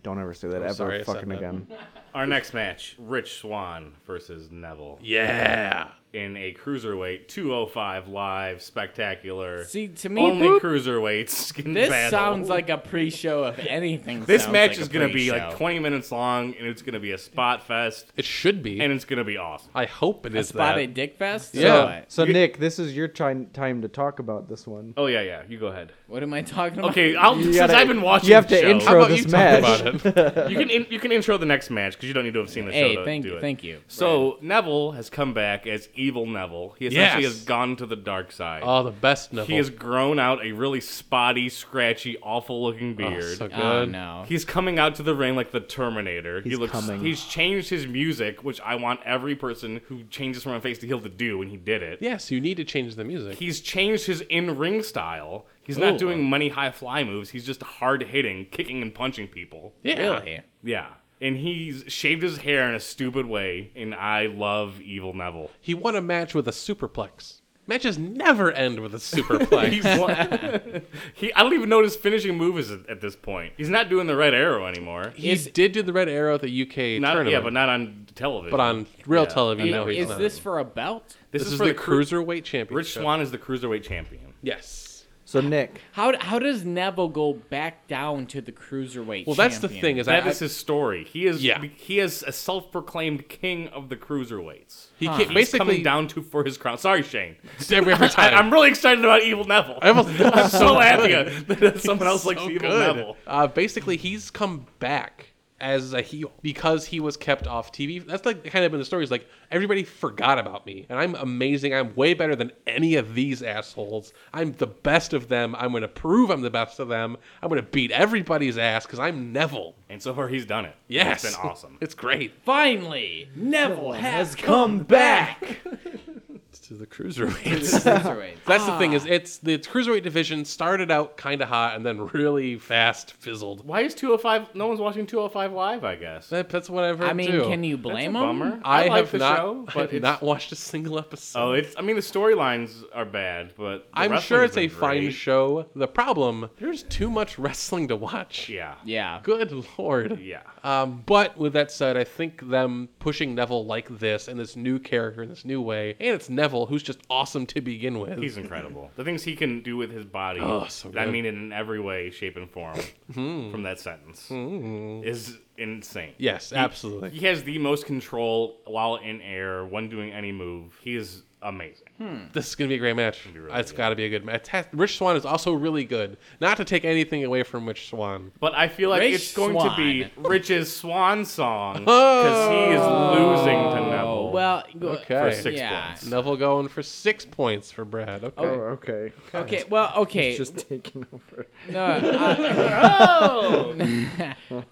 Don't ever say that ever Oh, sorry I said fucking that. again. Our next match Rich Swan versus Neville Yeah. in a cruiserweight 205 live spectacular. See, to me, only boop, cruiserweights skin this battle. sounds like a pre-show of anything. This sounds match like is a going to be like pre-show. 20 minutes long, and it's going to be a spot fest, It should be. and it's going to be awesome. I hope it is spotted that. dick fest. Yeah. What? So Nick, this is your time time to talk about this one. Oh, yeah, yeah. You go ahead. What am I talking about? Okay, I'll, since gotta- I've been watching you have to the show, How intro- about this you match. talk about it? you can in, you can intro the next match because you don't need to have seen the Hey, show to thank do you, it. thank you. So Neville has come back as evil Neville. He essentially Yes. has gone to the dark side. oh, the best Neville. He has grown out a really spotty, scratchy, awful-looking Oh, beard. so good. Oh no. He's coming out to the ring like the Terminator. he He's looks. coming. He's changed his music, which I want every person who changes from a face to heel to do, and he did it. Yes, you need to change the music. He's changed his in-ring style. He's not Ooh. doing money high fly moves. He's just hard hitting, kicking and punching people. yeah. Really? Yeah. And he's shaved his hair in a stupid way, and I love Evil Neville. He won a match with a superplex. Matches never end with a superplex. He, won- he I don't even know what his finishing move is at, at this point. He's not doing the red arrow anymore. he did do the Red Arrow at the UK Not, tournament, yeah, but not on television. but on real Yeah. television. Hey, no, he's is not. this for a belt? this, This is, is for the the cruiser. cruiserweight championship. Rich Swan is the cruiserweight champion. Yes. So Nick, How how does Neville go back down to the cruiserweight? Well, that's the champion? thing is That I, is his story. He is Yeah. he is a self-proclaimed king of the cruiserweights. he can't, He's basically coming down to for his crown. Sorry, Shane. every, every I, time. I'm really excited about Evil Neville. I almost- I'm so happy that someone else likes so Evil good. Neville. Uh, basically, he's come back as a heel because he was kept off TV. That's like kind of been the story. Is like everybody forgot about me, and I'm amazing. I'm way better than any of these assholes. I'm the best of them. I'm going to prove I'm the best of them. I'm going to beat everybody's ass because I'm Neville. And so far, he's done it. Yes, It's been awesome. it's great. Finally, Neville has come back. It's to the cruiserweights. cruiserweight. That's the thing Ah. is it's the cruiserweight division started out kind of hot and then really fast fizzled. Why is 205? No one's watching 205 live, I guess. That- That's what I've heard I mean, too. can you That's a blame him? bummer. I, like have the not, show, I but have it's, not watched a single episode. Oh, it's. I mean, the storylines are bad, but the I'm wrestling sure has it's been a fine great. show. The problem, there's too much wrestling to watch. Yeah. Yeah. Good lord. Yeah. Um, but with that said, I think them pushing Neville like this and this new character in this new way, and it's Neville, Neville, who's just awesome to begin with. He's incredible. The things he can do with his body, Oh, so I good. mean it in every way, shape, and form Hmm. from that sentence, is insane. yes, absolutely. He has the most control while in air, when doing any move. He is amazing. Hmm. This is gonna be a great match. Hmm. be really it's good. got to be a good match. It has- Rich Swan is also really good. Not to take anything away from Rich Swan. But I feel like Rich it's going to be Swan. Rich's swan song because he is losing to Neville. Oh, Well, go- Okay. For six yeah. points. Neville going for six points for Brad. Okay. Oh, okay. Okay. Well, okay. Just taking over. No, I, I, Oh,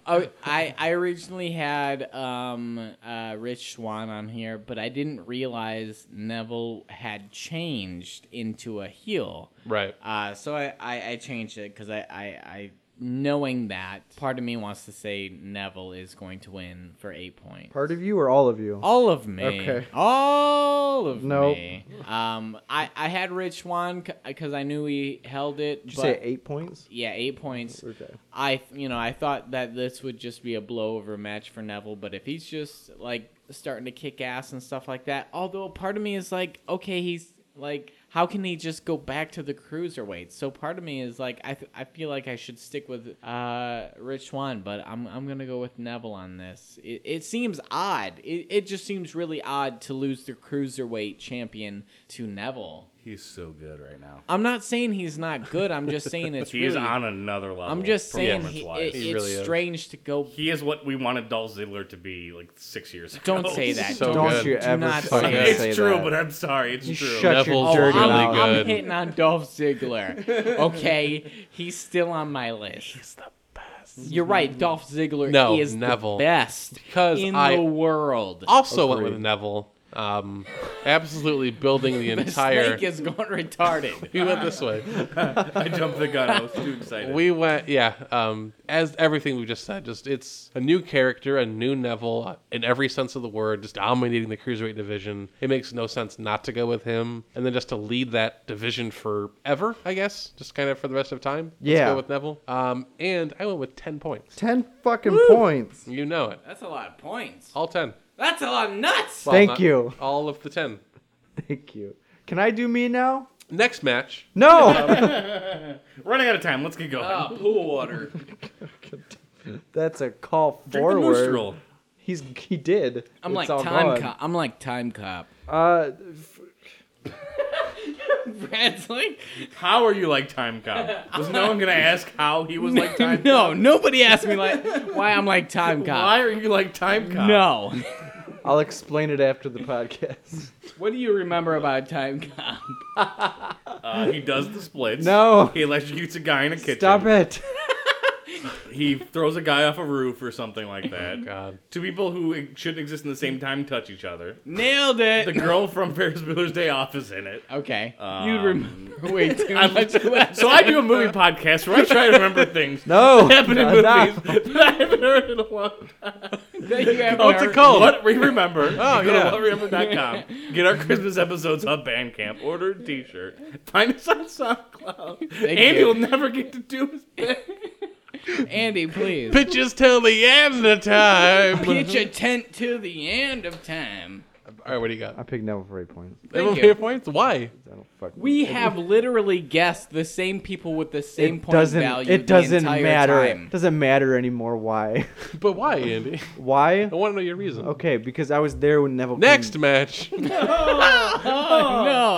I I originally had um, uh, Rich Swan on here, but I didn't realize Neville had changed into a heel. Right. Uh, so I, I, I changed it because I, I, I, knowing that, part of me wants to say Neville is going to win for eight points. Part of you or all of you? All of me. Okay. All of Nope. me. Um, I, I had Rich Swan because I knew he held it. Did you but, say eight points? Yeah, eight points. Okay. I you know I thought that this would just be a blowover match for Neville, but if he's just like starting to kick ass and stuff like that, although part of me is like, okay, he's like, how can he just go back to the cruiserweight? So part of me is like, I, th- I feel like I should stick with uh Rich Swan, but I'm I'm gonna go with Neville on this. It, it seems odd. It it just seems really odd to lose the cruiserweight champion to Neville. He's so good right now. I'm not saying he's not good. I'm just saying it's He is really on another level. I'm just saying he, it- performance-wise. He it's really is. strange to go. He is what we wanted Dolph Ziggler to be like six years ago. Don't say that. So Don't good. you Do ever not fucking say say that. it's that. true, but I'm sorry. It's you true. shut your Neville's Oh, dirty really mouth. I'm, I'm good. hitting on Dolph Ziggler. Okay, he's still on my list. He's the best. You're right. Dolph Ziggler No, is Neville. the best Because in I- the world. Also went Agreed. with Neville. Um, absolutely building the The entire. snake is going retarded. we went this way. I jumped the gun. I was too excited. We went, yeah. Um, as everything we just said, just it's a new character, a new Neville uh, in every sense of the word, just dominating the cruiserweight division. It makes no sense not to go with him, and then just to lead that division forever, I guess, just kind of for the rest of time. Yeah. Let's go with Neville. Um, and I went with ten points. Ten fucking points. You know it, That's a lot of points. all ten. That's a lot of nuts. Well, Thank not you. All of the ten. Thank you. Can I do me now? Next match. No. Running out of time. Let's get going. Uh, pool water. That's a call Drink the forward. Moostrel. He's he did. I'm It's like all time gone. cop. I'm like time cop. Uh, Brad's like, How are you like Time Cop? Was no one gonna ask how he was like Time Cop? no, nobody asked me like why I'm like time cop. Why are you like Time Cop? No. I'll explain it after the podcast. What do you remember about Time Cop? Uh, he does the splits. No. He electrocutes a guy in a kitchen. Stop it. He throws a guy off a roof or something like that. God. Two people who e, shouldn't exist in the same time touch each other. Nailed it. The girl from Ferris Bueller's Day Off is in it. okay, you Um, remember way too much. so I do a movie podcast where I try to remember things No. that happen in No, no. movies that I haven't heard in a long time. That you have What's heard- it called? What we remember. Oh, go yeah. to whatremember.com. Get our Christmas episodes on Bandcamp. Order a T-shirt. Find us on SoundCloud. Andy you. will never get to do his bit. Andy, please. Bitches till the end of time. All Pitch a tent to the end of time. right, what do you got? I picked Neville for eight points. Everyone you. pay points? Why? I don't fucking. We have literally guessed the same people with the same it point doesn't. value. It doesn't the entire matter. Time. Doesn't matter anymore. Why? But why, Andy? Why? I want to know your reason. Okay, because I was there when Neville. Next came- match. Oh, no,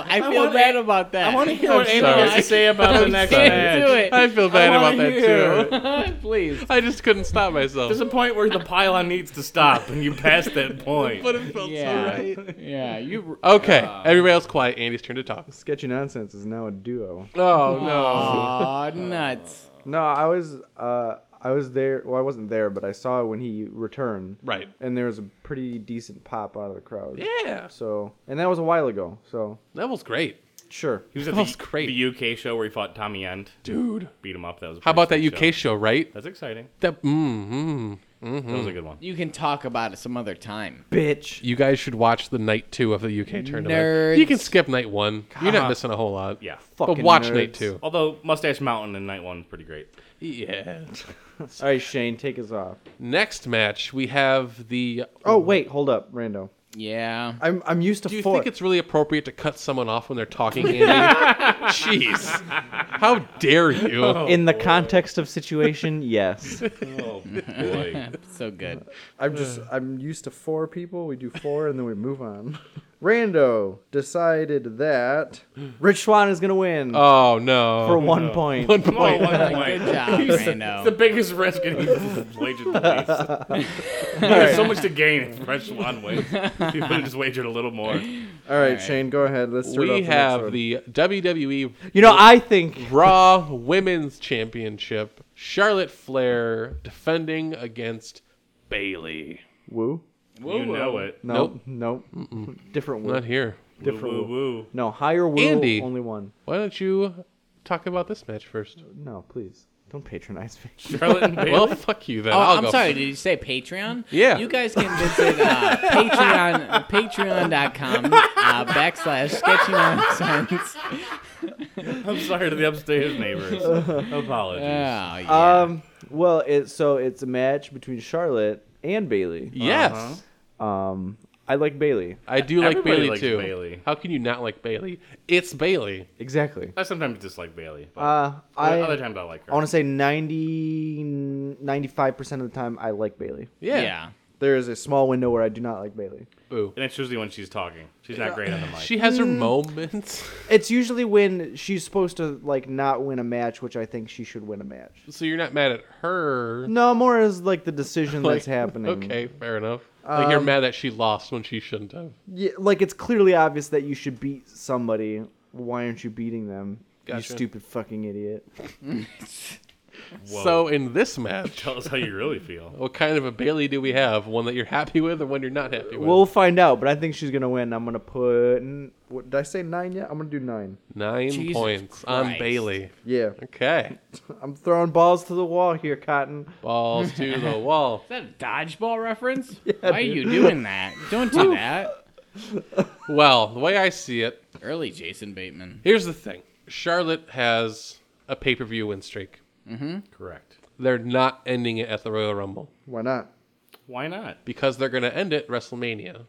I feel want- bad about that. I want to hear what Andy sorry. has to say about the next match. Do it. I feel bad about that too. too. please. I just couldn't stop myself. There's a point where the pylon needs to stop, and you pass that point. but it felt so Yeah. right. Yeah, you. Okay, everybody else quiet. Andy's turn to talk. Sketchy nonsense is now a duo. Oh no. Aw, nuts. No, I was. Uh, I was there. Well, I wasn't there, but I saw when he returned. Right. And there was a pretty decent pop out of the crowd. Yeah. So, and that was a while ago. So, Neville's great. sure. He was at That was the, great. the UK show where he fought Tommy End. Dude. Beat him up. That was a How about that pretty UK sweet show, right? That's exciting. That mm, mm. That was a good one. You can talk about it some other time. Bitch. You guys should watch the night 2 of the UK tournament. Nerds. You can skip night 1. You're not missing a whole lot. Yeah. But Fucking watch nerds. night 2. Although Mustache Mountain in Night One is pretty great. Yeah. All right, Shane, take us off. Next match, we have the Oh wait, Oh, hold up, Rando. Yeah. I'm I'm used to Do you four. think it's really appropriate to cut someone off when they're talking, Andy? Jeez. How dare you? Oh. In the context of situation, yes. Oh boy. So good. I'm just I'm used to four people. We do four and then we move on. Rando decided that Rich Swan is gonna win Oh, no. For one point. one point. Good job, It's the Rando. biggest risk, and he wagered the least. He has so much to gain if Fresh Swan wins. He would have just wagered a little more. All right, Shane, go ahead. Let's start off Oh, We the next have one. the WWE You know, I think Raw Women's Championship. Charlotte Flair defending against Bailey. woo. you know it. No, Nope. nope. Different woo. Not here. Different Woo woo. woo. No, higher woo. Andy. Only one. Why don't you talk about this match first? No, please don't patronize me. Charlotte and Bailey. Well, fuck you then. Oh, I'll I'm go. sorry. Did you say Patreon? Yeah. You guys can visit uh, Patreon, patreon.com uh, backslash sketchy nonsense. I'm sorry to the upstairs neighbors. Apologies. Oh, yeah. Um. Well, it so it's a match between Charlotte and Bailey. Yes. Um. I like Bailey. I do like Everybody Bailey likes too. Bayley. How can you not like Bailey? It's Bailey. Exactly. I sometimes dislike Bailey. But Uh. I. other times I like her. I want to say 90, 95% of the time I like Bailey. Yeah. yeah. There is a small window where I do not like Bailey. Boo. and it's usually when she's talking. She's not great on the mic. She has her moments. It's usually when she's supposed to like not win a match, which I think she should win a match. So you're not mad at her. No, more is like the decision Like, that's happening. Okay, fair enough. like you're mad that she lost when she shouldn't have. Yeah, like it's clearly obvious that you should beat somebody. Why aren't you beating them? You Gotcha. stupid fucking idiot. Whoa. So in this match, Tell us how you really feel. what kind of a Bailey do we have? One that you're happy with, or one you're not happy with? We'll find out, but I think she's gonna win. I'm gonna put. What, did I say nine yet? I'm gonna do nine. Nine Jesus points on Christ. Bailey. Yeah, Okay, I'm throwing balls to the wall here, Cotton. balls to the wall. Is that a dodgeball reference? Why are you doing that? Don't do that. Well, the way I see it, Early Jason Bateman. here's the thing: Charlotte has a pay-per-view win streak. Correct. They're not ending it at the Royal Rumble Why not? Why not? because they're going to end it WrestleMania.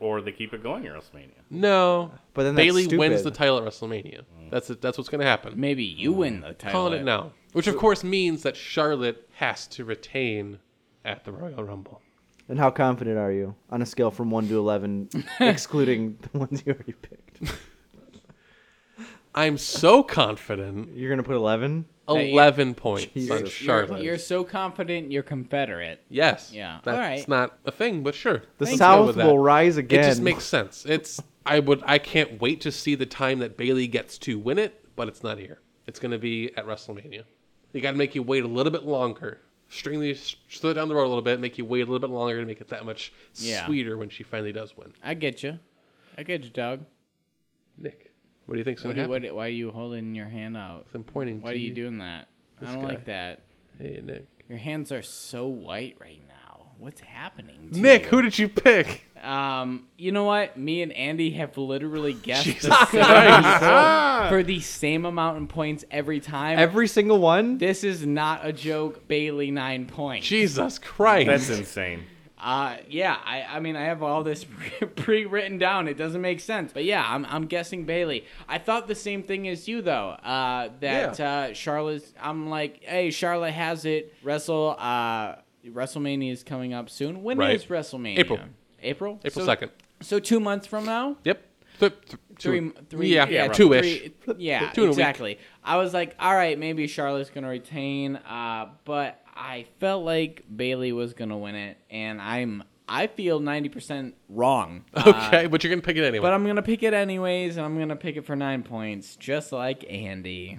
Or they keep it going at WrestleMania. No, But then that's Bailey wins stupid. the title at WrestleMania. That's it. That's what's going to happen. Maybe you win the title. calling it now. Which of course means that Charlotte has to retain at the Royal Rumble. And how confident are you on a scale from one to eleven, excluding the ones you already picked? I'm so confident. You're gonna put eleven. Hey, Eleven points on Jesus. Charlotte. You're so confident you're Confederate. yes. Yeah. That's Alright. not a thing, but sure. The Let's go South with that. will rise It again. just makes sense. It's I would I can't wait to see the time that Bailey gets to win it, but it's not here. It's going to be at WrestleMania. They got to make you wait a little bit longer. String these slow it down the road a little bit, make you wait a little bit longer to make it that much Yeah. sweeter when she finally does win. I get you. I get you, dog. Nick, what do you think's going What, do to you- happen? what, why are you holding your hand out? I'm pointing. Why are to you doing that? I don't guy. like that. Hey, Nick. Your hands are so white right now. What's happening? to Nick, you? who did you pick? Um, you know what? Me and Andy have literally guessed the same for the same amount in points every time. Every single one. this is not a joke. Bailey nine points. Jesus Christ. That's insane. Uh, yeah. I, I mean, I have all this pre written down. It doesn't make sense, but yeah, I'm, I'm guessing Bailey. I thought the same thing as you though. Uh, that uh, Charlotte's. I'm like, hey, Charlotte has it. Wrestle. Uh, WrestleMania is coming up soon. When is Right. WrestleMania? April. April. April So- 2nd. So two months from now. Yep. Th- th- Three, two- three, Yeah, yeah, two ish. three- yeah, Two in a week. exactly. I was like, all right, maybe Charlotte's gonna retain, uh, but I felt like Bailey was gonna win it, and I'm I feel ninety percent wrong. Uh, Okay, but you're going to pick it anyway. but I'm gonna pick it anyways, and I'm gonna pick it for nine points, just like Andy.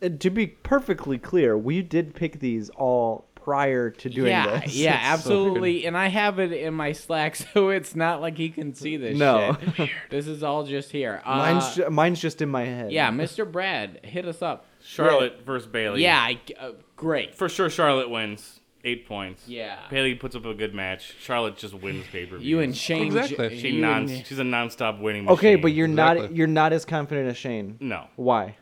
And to be perfectly clear, we did pick these all prior to doing yeah, this. yeah, It's so weird. absolutely. and I have it in my Slack, so it's not like he can see this. No. shit. this is all just here. Uh, Mine's ju- mine's just in my head. yeah, Mr. Brad, hit us up. Charlotte versus Bailey. Yeah, I, uh, great. For sure, Charlotte wins. Eight points. Yeah. Bailey puts up a good match. Charlotte just wins pay per view. You and Shane. Exactly. she you non. and- she's a non-stop winning. Okay, machine. but you're Exactly. not you're not as confident as Shane. no. Why?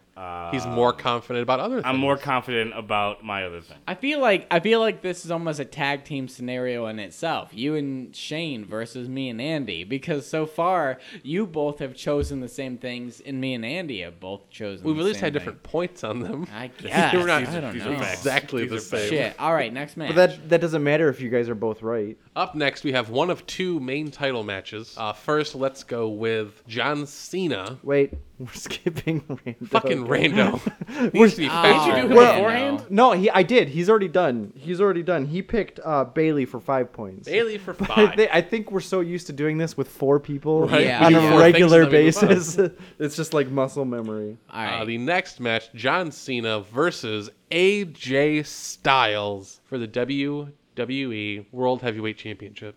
He's more confident about other things. I'm more confident about my other thing. I feel like I feel like this is almost a tag team scenario in itself. You and Shane versus me and Andy, because so far you both have chosen the same things, and me and Andy have both chosen. We've the at least had same thing. different points on them. I guess. We're not- I don't these know. are facts. Exactly These the are facts. same. Shit. All right, next match. But that that doesn't matter if you guys are both right. Up next, we have one of two main title matches. Uh, first, let's go with John Cena. Wait, we're skipping Rando. Fucking rando. Needs to be faster. Did you do Well- beforehand? No, he. I did. He's already done. He's already done. He picked uh, Bailey for five points. Bailey for I, five. thi- I think we're so used to doing this with four people Right. Yeah. on We do a four regular things and then we move basis. It's just like muscle memory. All Uh, right. the next match, John Cena versus AJ Styles for the WWE World Heavyweight Championship.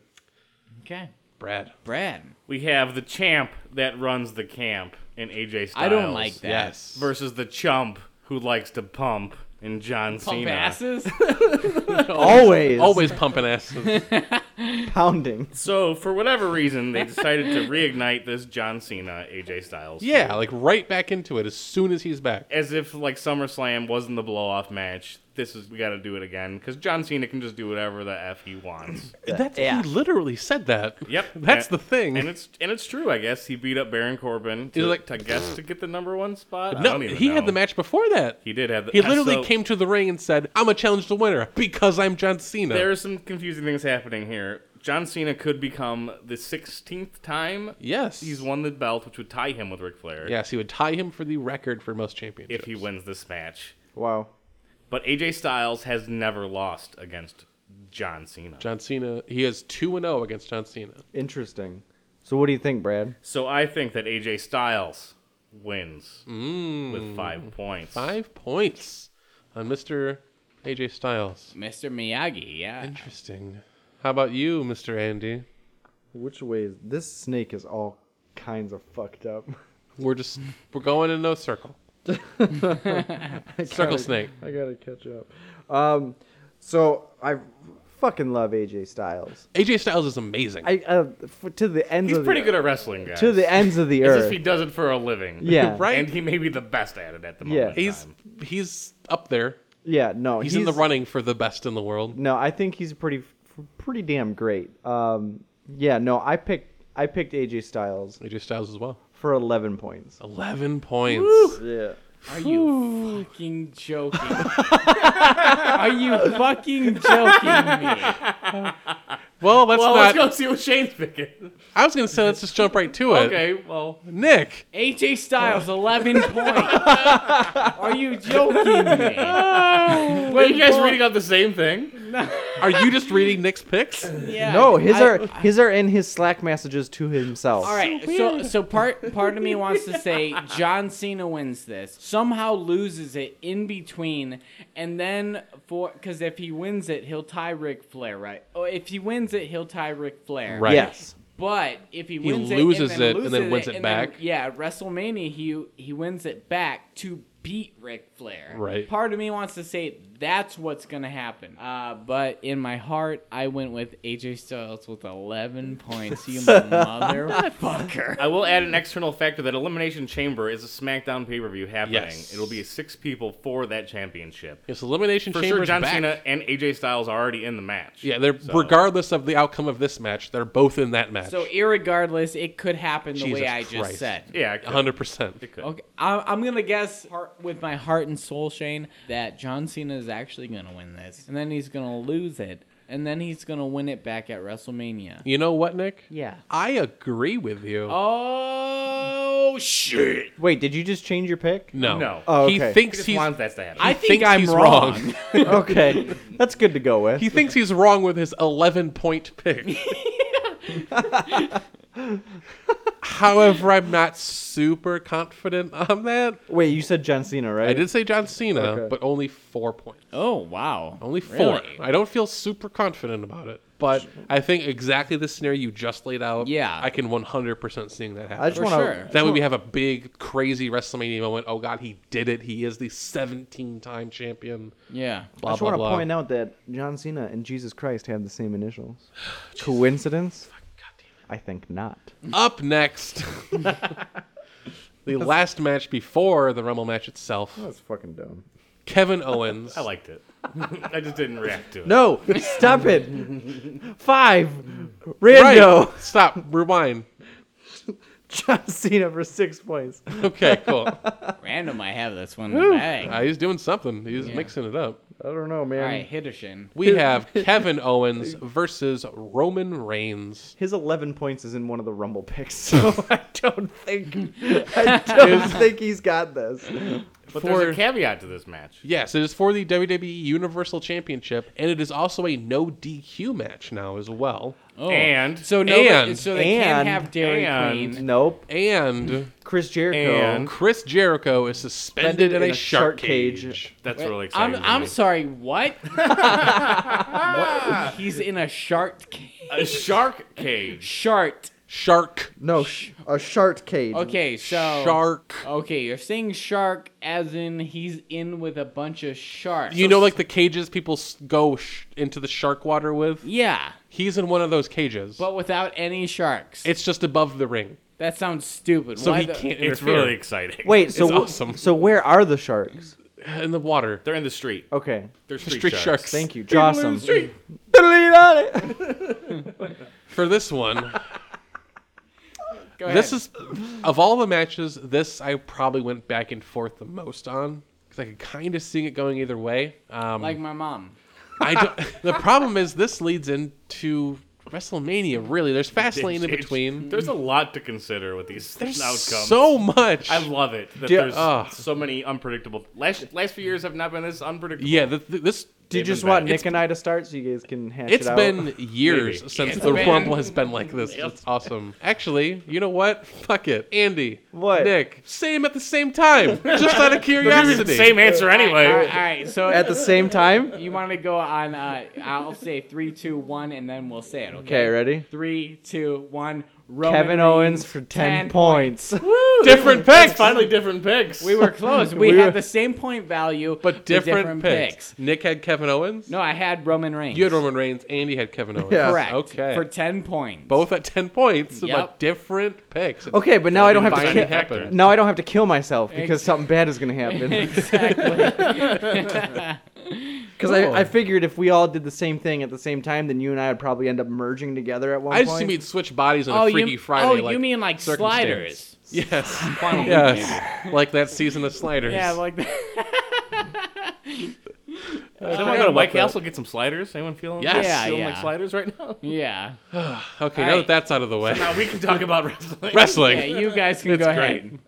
okay, Brad. Brad. We have the champ that runs the camp in AJ Styles. I don't like that. Yes. Versus the chump who likes to pump in John Pump Cena. asses. Always, Always pumping asses. pounding. So for whatever reason, they decided to reignite this John Cena AJ Styles. yeah, like right back into it as soon as he's back. As if like SummerSlam wasn't the blow off match. This is we got to do it again because John Cena can just do whatever the f he wants. That's he literally said that. Yep. That's And- the thing. And it's and it's true, I guess. He beat up Baron Corbin to, He's like- to guess to get the number one spot. I no, don't even he had know. the match before that. He did have the He literally so came to the ring and said, "I'm gonna challenge the winner because I'm John Cena." There are some confusing things happening here. John Cena could become the sixteenth time yes, he's won the belt, which would tie him with Ric Flair Yes, he would tie him for the record for most championships. if he wins this match. Wow. But AJ Styles has never lost against John Cena. John Cena, he is two and zero against John Cena. Interesting. So what do you think, Brad? So I think that AJ Styles wins with five points. Five points on Mister AJ Styles. Mr. Miyagi. Yeah. Interesting. How about you, Mister Andy? Which way is this snake is all kinds of fucked up. We're just we're going in no circle. Circle snake. I gotta catch up. Um, so I fucking love AJ Styles. AJ Styles is amazing. I uh, f- to the ends He's of pretty the, good at wrestling, guys. to the ends of the It's just earth. he does it for a living. Yeah, Right. And he may be the best at it at the Yeah. moment. in he's time. he's up there. yeah. No, He's, in the running for the best in the world. No, I think he's pretty, f- pretty damn great. Um, yeah. No, I picked, I picked AJ Styles AJ Styles as well. for 11 points. Eleven points. Yeah. Are you fucking joking? Are you fucking joking me? Well, let's Well, not. let's go see what Shane's picking. I was gonna say let's just jump right to it. Okay, well, Nick. AJ Styles, 11 points. Are you joking me? wait, you guys reading out the same thing? Are you just reading Nick's picks? Yeah. No, his I- are his are in his Slack messages to himself. All right, so so part part of me wants to say John Cena wins this, somehow loses it in between, and then for because if he wins it, he'll tie Ric Flair, right? Or if he wins it, he'll tie Ric Flair, Right. Yes. But if he, wins loses it, and then it and then wins it and then- back. yeah, at WrestleMania he he wins it back to beat Ric Flair. Right. Part of me wants to say that's what's gonna happen. Uh, but in my heart, I went with AJ Styles with 11 points. You motherfucker. I will add an external factor that Elimination Chamber is a SmackDown pay per view happening. Yes. It'll be six people for that championship. Yes, elimination For chamber sure, John back. Cena and AJ Styles are already in the match. Yeah, they're So- regardless of the outcome of this match, they're both in that match. So, irregardless, it could happen the way Jesus I just Christ. said. Yeah, it could. hundred percent. It could. Okay, I'm, I'm gonna guess heart, with my heart and soul, Shane, that John Cena is actually gonna win this, and then he's gonna lose it, and then he's gonna win it back at WrestleMania. You know what, Nick? Yeah. I agree with you. Oh shit! Wait, did you just change your pick? no, No. Oh, he okay. He thinks just he's. wants that to happen. I he think thinks I'm he's wrong. wrong. Okay, that's good to go with. he thinks he's wrong with his eleven-point pick. However, I'm not super confident on that. Wait, you said John Cena, right? I did say John Cena, Okay. but only four points. Oh wow! Only four. Really? I don't feel super confident about it, but I think exactly the scenario you just laid out. Yeah. I can 100% seeing that happen. I just For want to. sure. That way we have a big, crazy WrestleMania moment. Oh God, he did it! He is the 17-time champion. Yeah. Blah I just blah want to blah. point out that John Cena and Jesus Christ have the same initials. Coincidence? I think not. Up next, the last match before the Rumble match itself, That's fucking dumb. Kevin Owens. I liked it. I just didn't react to it. No, stop it. Five. Right. Rando. Stop. Rewind. John Cena for six points. Okay, cool. Random, I have this one in the bag. Uh, he's doing something. He's mixing it up. I don't know, man. All right, Hittershin. We have Kevin Owens versus Roman Reigns. His 11 points is in one of the Rumble picks, so I don't think I don't think he's got this. but for- there's a caveat to this match. Yes, it is for the WWE Universal Championship, and it is also a no DQ match now as well. Oh. And so no, and- so they can't and- have Dairy and- Queen. Nope. And Chris Jericho. And- Chris Jericho is suspended in, a, shark, cage. that's really exciting. I'm, to I'm me. sorry. What? what? He's in a shark cage. a shark cage. Shark. Shark. No, sh- a shark cage. Okay, so Mm, shark. Okay, you're saying shark as in he's in with a bunch of sharks. You know, like the cages people s- go sh- into the shark water with? Yeah, He's in one of those cages. but without any sharks. it's just above the ring. that sounds stupid. So Why he the- can't interfere. It's really exciting. Wait, so It's wh- awesome. so where are the sharks? in the water. They're in the street. Okay. They're street, Oh, Street sharks. sharks. Thank you. Jossum. For this one, Go this ahead. is of all the matches, this I probably went back and forth the most on because I could kind of see it going either way. Um, like my mom. I don't, the problem is this leads into WrestleMania. Really, there's Fastlane in It's- between. There's a lot to consider with these There's outcomes. so uh. much. I love it that Do- there's Ugh. so many unpredictable. Last last few years have not been this unpredictable. yeah, th th this Do you They've been just want bad. Nick It's- and I to start so you guys can hash It's it out? been years Maybe. since It's the been- Rumble has been like this. It's awesome. Actually, you know what? Fuck it. Andy. What? Nick. Same at the same time. Just out of curiosity. Same answer anyway. All right, all right, so at the same time. you want to go on? Uh, I'll say three, two, one, and then we'll say it. Okay. Okay, ready? Three, two, one. Roman Kevin Owens for 10 points. Different picks. Finally, different picks. We were close. We We had were- the same point value, But different, picks. Nick had Kevin Owens. No, I had Roman Reigns. You had Roman Reigns. Andy had Kevin Owens. Yeah. Correct. Okay. For ten points. Both at 10 points, Yep. but different picks. Okay, but now I don't have to Finally kill. happened. Now I don't have to kill myself because Ex- something bad is going to happen. exactly. Because Cool. I, I figured if we all did the same thing at the same time, then you and I would probably end up merging together at one I point. just mean switch bodies on oh, a Freaky you, Friday. oh, like you mean like circumstance. sliders? Yes. yes. Like that season of Sliders. Yeah, like that. Does anyone go to White Castle get some sliders? Anyone feeling? Yes. Yeah, feeling yeah. like sliders right now. yeah. okay, All now right. that that's out of the way. Now we can talk about wrestling. Wrestling. Yeah, you guys can go ahead.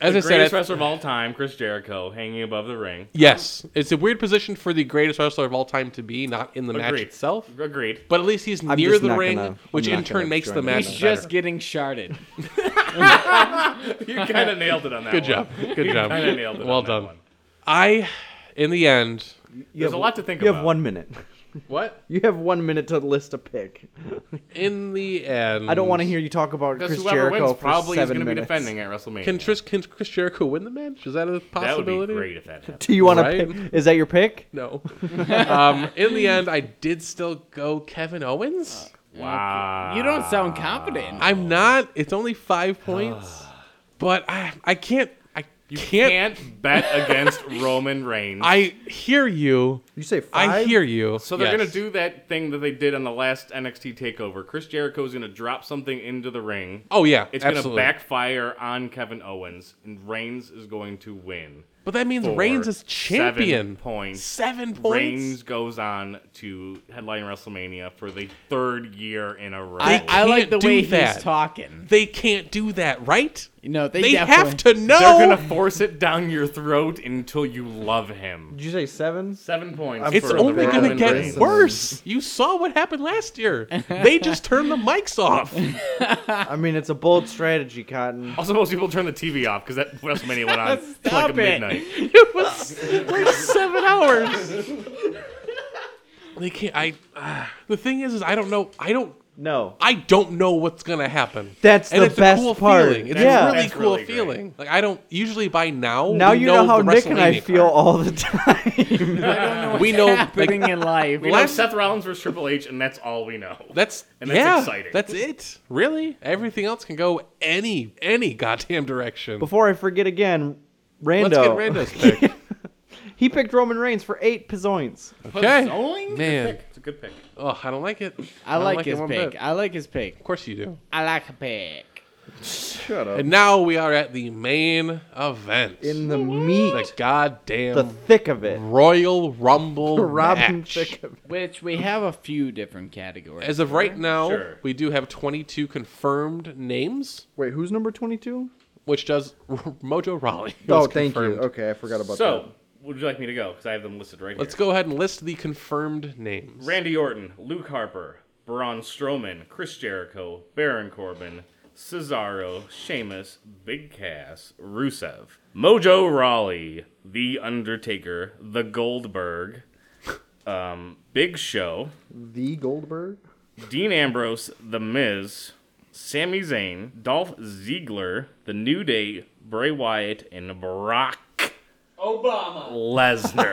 As I the said, greatest I- wrestler of all time, Chris Jericho, hanging above the ring. Yes, it's a weird position for the greatest wrestler of all time to be, not in the match Agreed. itself. Agreed. But at least he's I'm near just the not ring, gonna- which I'm in not turn gonna makes the join match in He's better. just getting sharded. You kind of nailed it on that. Good job, good job. Kind of nailed it. well on that done. one. I, in the end, There's a lot to think you about. have one minute. what? You have one minute to list a pick. In the end, I don't want to hear you talk about Because Chris whoever Jericho wins for probably is seven going to be minutes. defending at WrestleMania. Can Chris, can Chris Jericho win the match? Is that a that would possibility? be great if that happened. Do you want Right? to pick? Is that your pick? No. um, in the end, I did still go Kevin Oh, Owens. Wow. You don't sound confident. I'm not. It's only five points, but I I can't I Ah. You can't. can't bet against Roman Reigns. I hear you. You say five. I hear you. so they're Yes. going to do that thing that they did on the last NXT takeover. Chris Jericho is going to drop something into the ring. Oh yeah, It's going to absolutely. backfire on Kevin Owens, and Reigns is going to win. But that means for Reigns is Seven champion. points. Seven points. Reigns goes on to headline WrestleMania for the third year in a row. I, I like can't the do way that. he's talking. They can't do that, right? No, they, They definitely, have to know. They're gonna force it down your throat until you love him. Did you say seven? Seven points. it's for only the going to Roman get Reigns. worse. You saw what happened last year. They just turned the mics off. I mean, it's a bold strategy, Cotton. Also, most people turn the TV off because that WrestleMania went on till Stop like it. midnight. It was like seven hours. They can't. I. ah. the thing is, is I don't know. I don't No. I don't know what's gonna happen. That's and the it's best a cool part. Feeling. It's a Yeah. really That's cool really great. feeling. Like I don't usually by now. Now we you know, how the Nick and I WrestleMania feel card. all the time. we know like, happening in life. We know Last- Seth Rollins versus Triple H, and that's all we know. That's And that's yeah, exciting. That's it. Really, everything else can go any any goddamn direction. Before I forget again, Rando. Let's get Rando's pick. He picked Roman Reigns for eight pizoints. okay. Zoling? Man. Good pick. It's a good pick. Oh, I don't like it. I don't like, it his one pick. bit. I like his pick. Of course you do. I like his pick. Shut up. And now we are at the main event. In the meat, the goddamn The thick of it. Royal Rumble Robin match. thick of it. Which we have a few different categories. As of right now, Sure. we do have 22 confirmed names, Wait, who's number twenty-two? which does Mojo Raleigh. Oh, was thank you. confirmed. Okay, I forgot about So, would you like me to go? Because I have them listed right Let's here. go ahead and list the confirmed names. Randy Orton, Luke Harper, Braun Strowman, Chris Jericho, Baron Corbin, Cesaro, Sheamus, Big Cass, Rusev, Mojo Rawley, The Undertaker, The Goldberg, um, Big Show, that. The Goldberg. Dean Ambrose, The Miz, Sami Zayn, Dolph Ziggler, The New Day, Bray Wyatt, and Brock Obama Lesnar.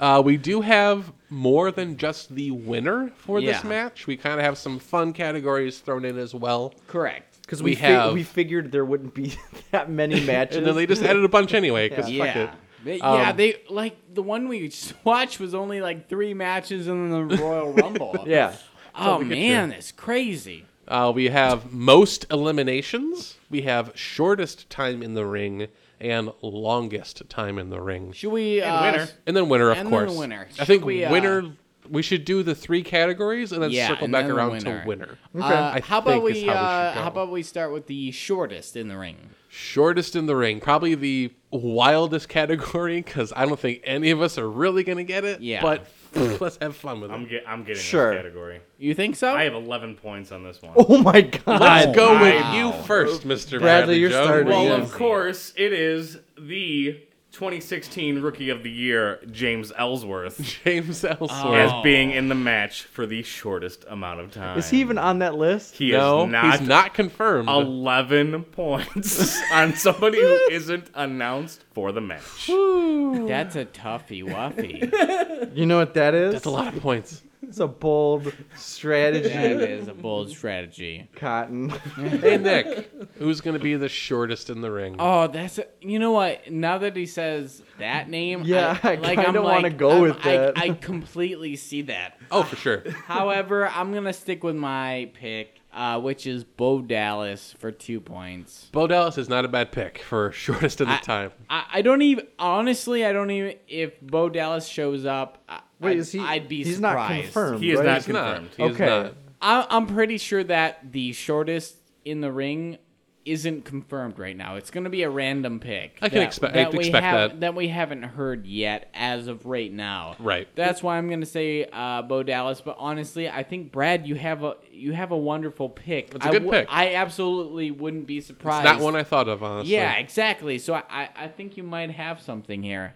Uh, we do have more than just the winner for this Yeah. match. We kind of have some fun categories thrown in as well. Correct. Because We we, fi- have- we figured there wouldn't be that many matches. And then they just added a bunch anyway. 'cause fuck Yeah. it. Um, They- yeah, they like the one we just watched was only like three matches in the Royal Rumble. yeah. Oh man, that's crazy. Uh, we have most eliminations. We have shortest time in the ring and longest time in the ring. Should we uh, winner. And then winner, of And then course. winner. I think Should we, uh, winner. We should do the three categories and then Yeah, circle and back then the around winner. to winner. Uh, I how about think is we, how we uh, should how go. about we start with the shortest in the ring? Shortest in the ring, probably the wildest category because I don't think any of us are really gonna get it. Yeah. But let's have fun with it. I'm, get, I'm getting Sure. this category. You think so? I have 11 points on this one. Oh my god. let's go with you first, Mr. Bradley. you're Jones. starting. Well, Yeah. of course, it is the 2016 Rookie of the Year, James Ellsworth, James Ellsworth. as being in the match for the shortest amount of time. Is he even on that list? He no, is not. he's not confirmed. 11 points on somebody who isn't announced for the match. That's a toughie wuffy. You know what that is? That's a lot of points. It's a bold that strategy, is a bold strategy. Cotton. Hey Nick, who's gonna be the shortest in the ring? Oh, that's a, you know what? Now that he says that name, Yeah, I like, kinda I'm wanna like, go I'm- with I- that. I completely see that. oh for sure. However, I'm gonna stick with my pick, uh, which is Bo Dallas for two points. Bo Dallas is not a bad pick for shortest of the I- time. I, I don't even honestly. I don't even if Bo Dallas shows up. I, Wait, I'd, is he? I'd be he's surprised. not confirmed. He is right? not He's not. confirmed. He is Okay. not. I, I'm pretty sure that the shortest in the ring isn't confirmed right now. It's gonna be a random pick. I can that- expect- I that we expect have- that. that we haven't heard yet as of right now. Right. That's why I'm gonna say uh, Bo Dallas. But honestly, I think Brad, you have a you have a wonderful pick. That's a I good pick. I absolutely wouldn't be surprised. It's not one I thought of honestly. Yeah, exactly. So I, I I think you might have something here.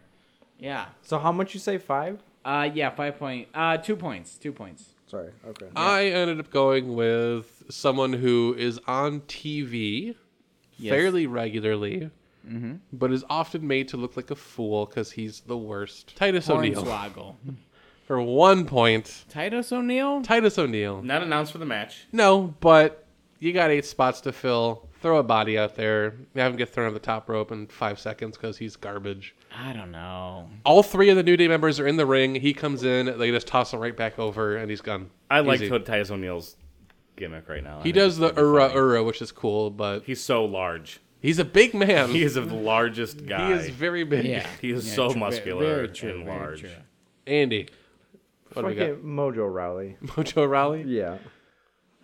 Yeah. So how much you say? Five? Uh yeah. Five point. Uh two points. Two points. Sorry. Okay. I ended up going with someone who is on TV fairly regularly, Mm-hmm. but is often made to look like a fool because he's the worst. Titus O'Neil. Hornswoggle. For one point, Titus O'Neil. Titus O'Neil. Not announced for the match. No, but you got eight spots to fill. Throw a body out there. Have him get thrown on the top rope in five seconds because he's garbage. I don't know. All three of the New Day members are in the ring. He comes in. They just toss him right back over, and he's gone. I like Easy. Titus O'Neil's gimmick right now. I He think does the it's pretty ura funny. ura, which is cool, but He's so large. he's a big man. He is the largest guy. He is very big. Yeah. He is Yeah, so true, ve- muscular very true, and very large. true. Andy. What do we got? Fucking Mojo Rowley. Mojo Raleigh? Yeah.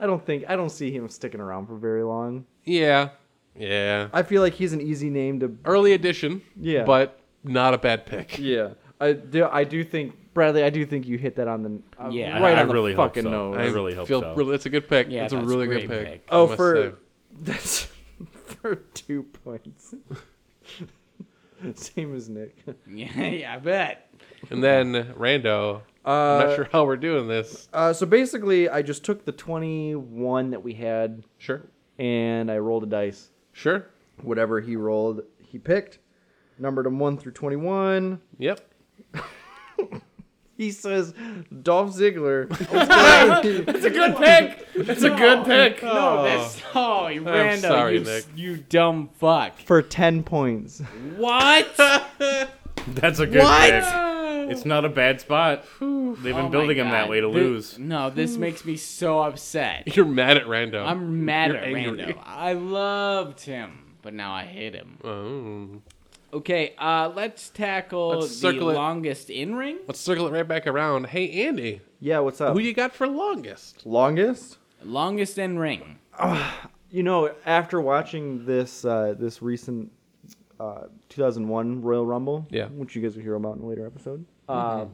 I don't think I don't see him sticking around for very long. Yeah. Yeah. I feel like he's an easy name to. Early edition. Yeah. But not a bad pick. Yeah. I do. I do think Bradley. I do think you hit that on the. uh, Yeah. Right I- I on the really hope fucking so. nose. I really hope feel so. Really, it's a good pick. Yeah, it's a that's really a good great pick. pick. I Oh, must for say. that's for two points. Same as Nick. Yeah, yeah, I bet. And then Rando, I'm not sure how we're doing this. Uh, so basically, I just took the 21 that we had Sure, and I rolled a dice. sure, Whatever he rolled, he picked. Numbered them 1 through 21. yep. He says Dolph Ziggler. Good pick. It's a good pick. No, that's oh, you rando, sorry, you, Nick. you dumb fuck. for 10 points. What? That's a good pick. It's not a bad spot. They've been Oh my building him that God. way to Thi- lose. No, this makes me so upset. You're mad at Rando. I'm mad You're at angry. Rando. I loved him, but now I hate him. Oh. Okay, uh, let's tackle Let's the circle it. longest in ring, Let's circle it right back around. Hey, Andy, Yeah, what's up? who you got for longest? Longest? longest in ring. You know, after watching this uh, this recent uh, 2001 Royal Rumble, Yeah. which you guys will hear about in a later episode, uh,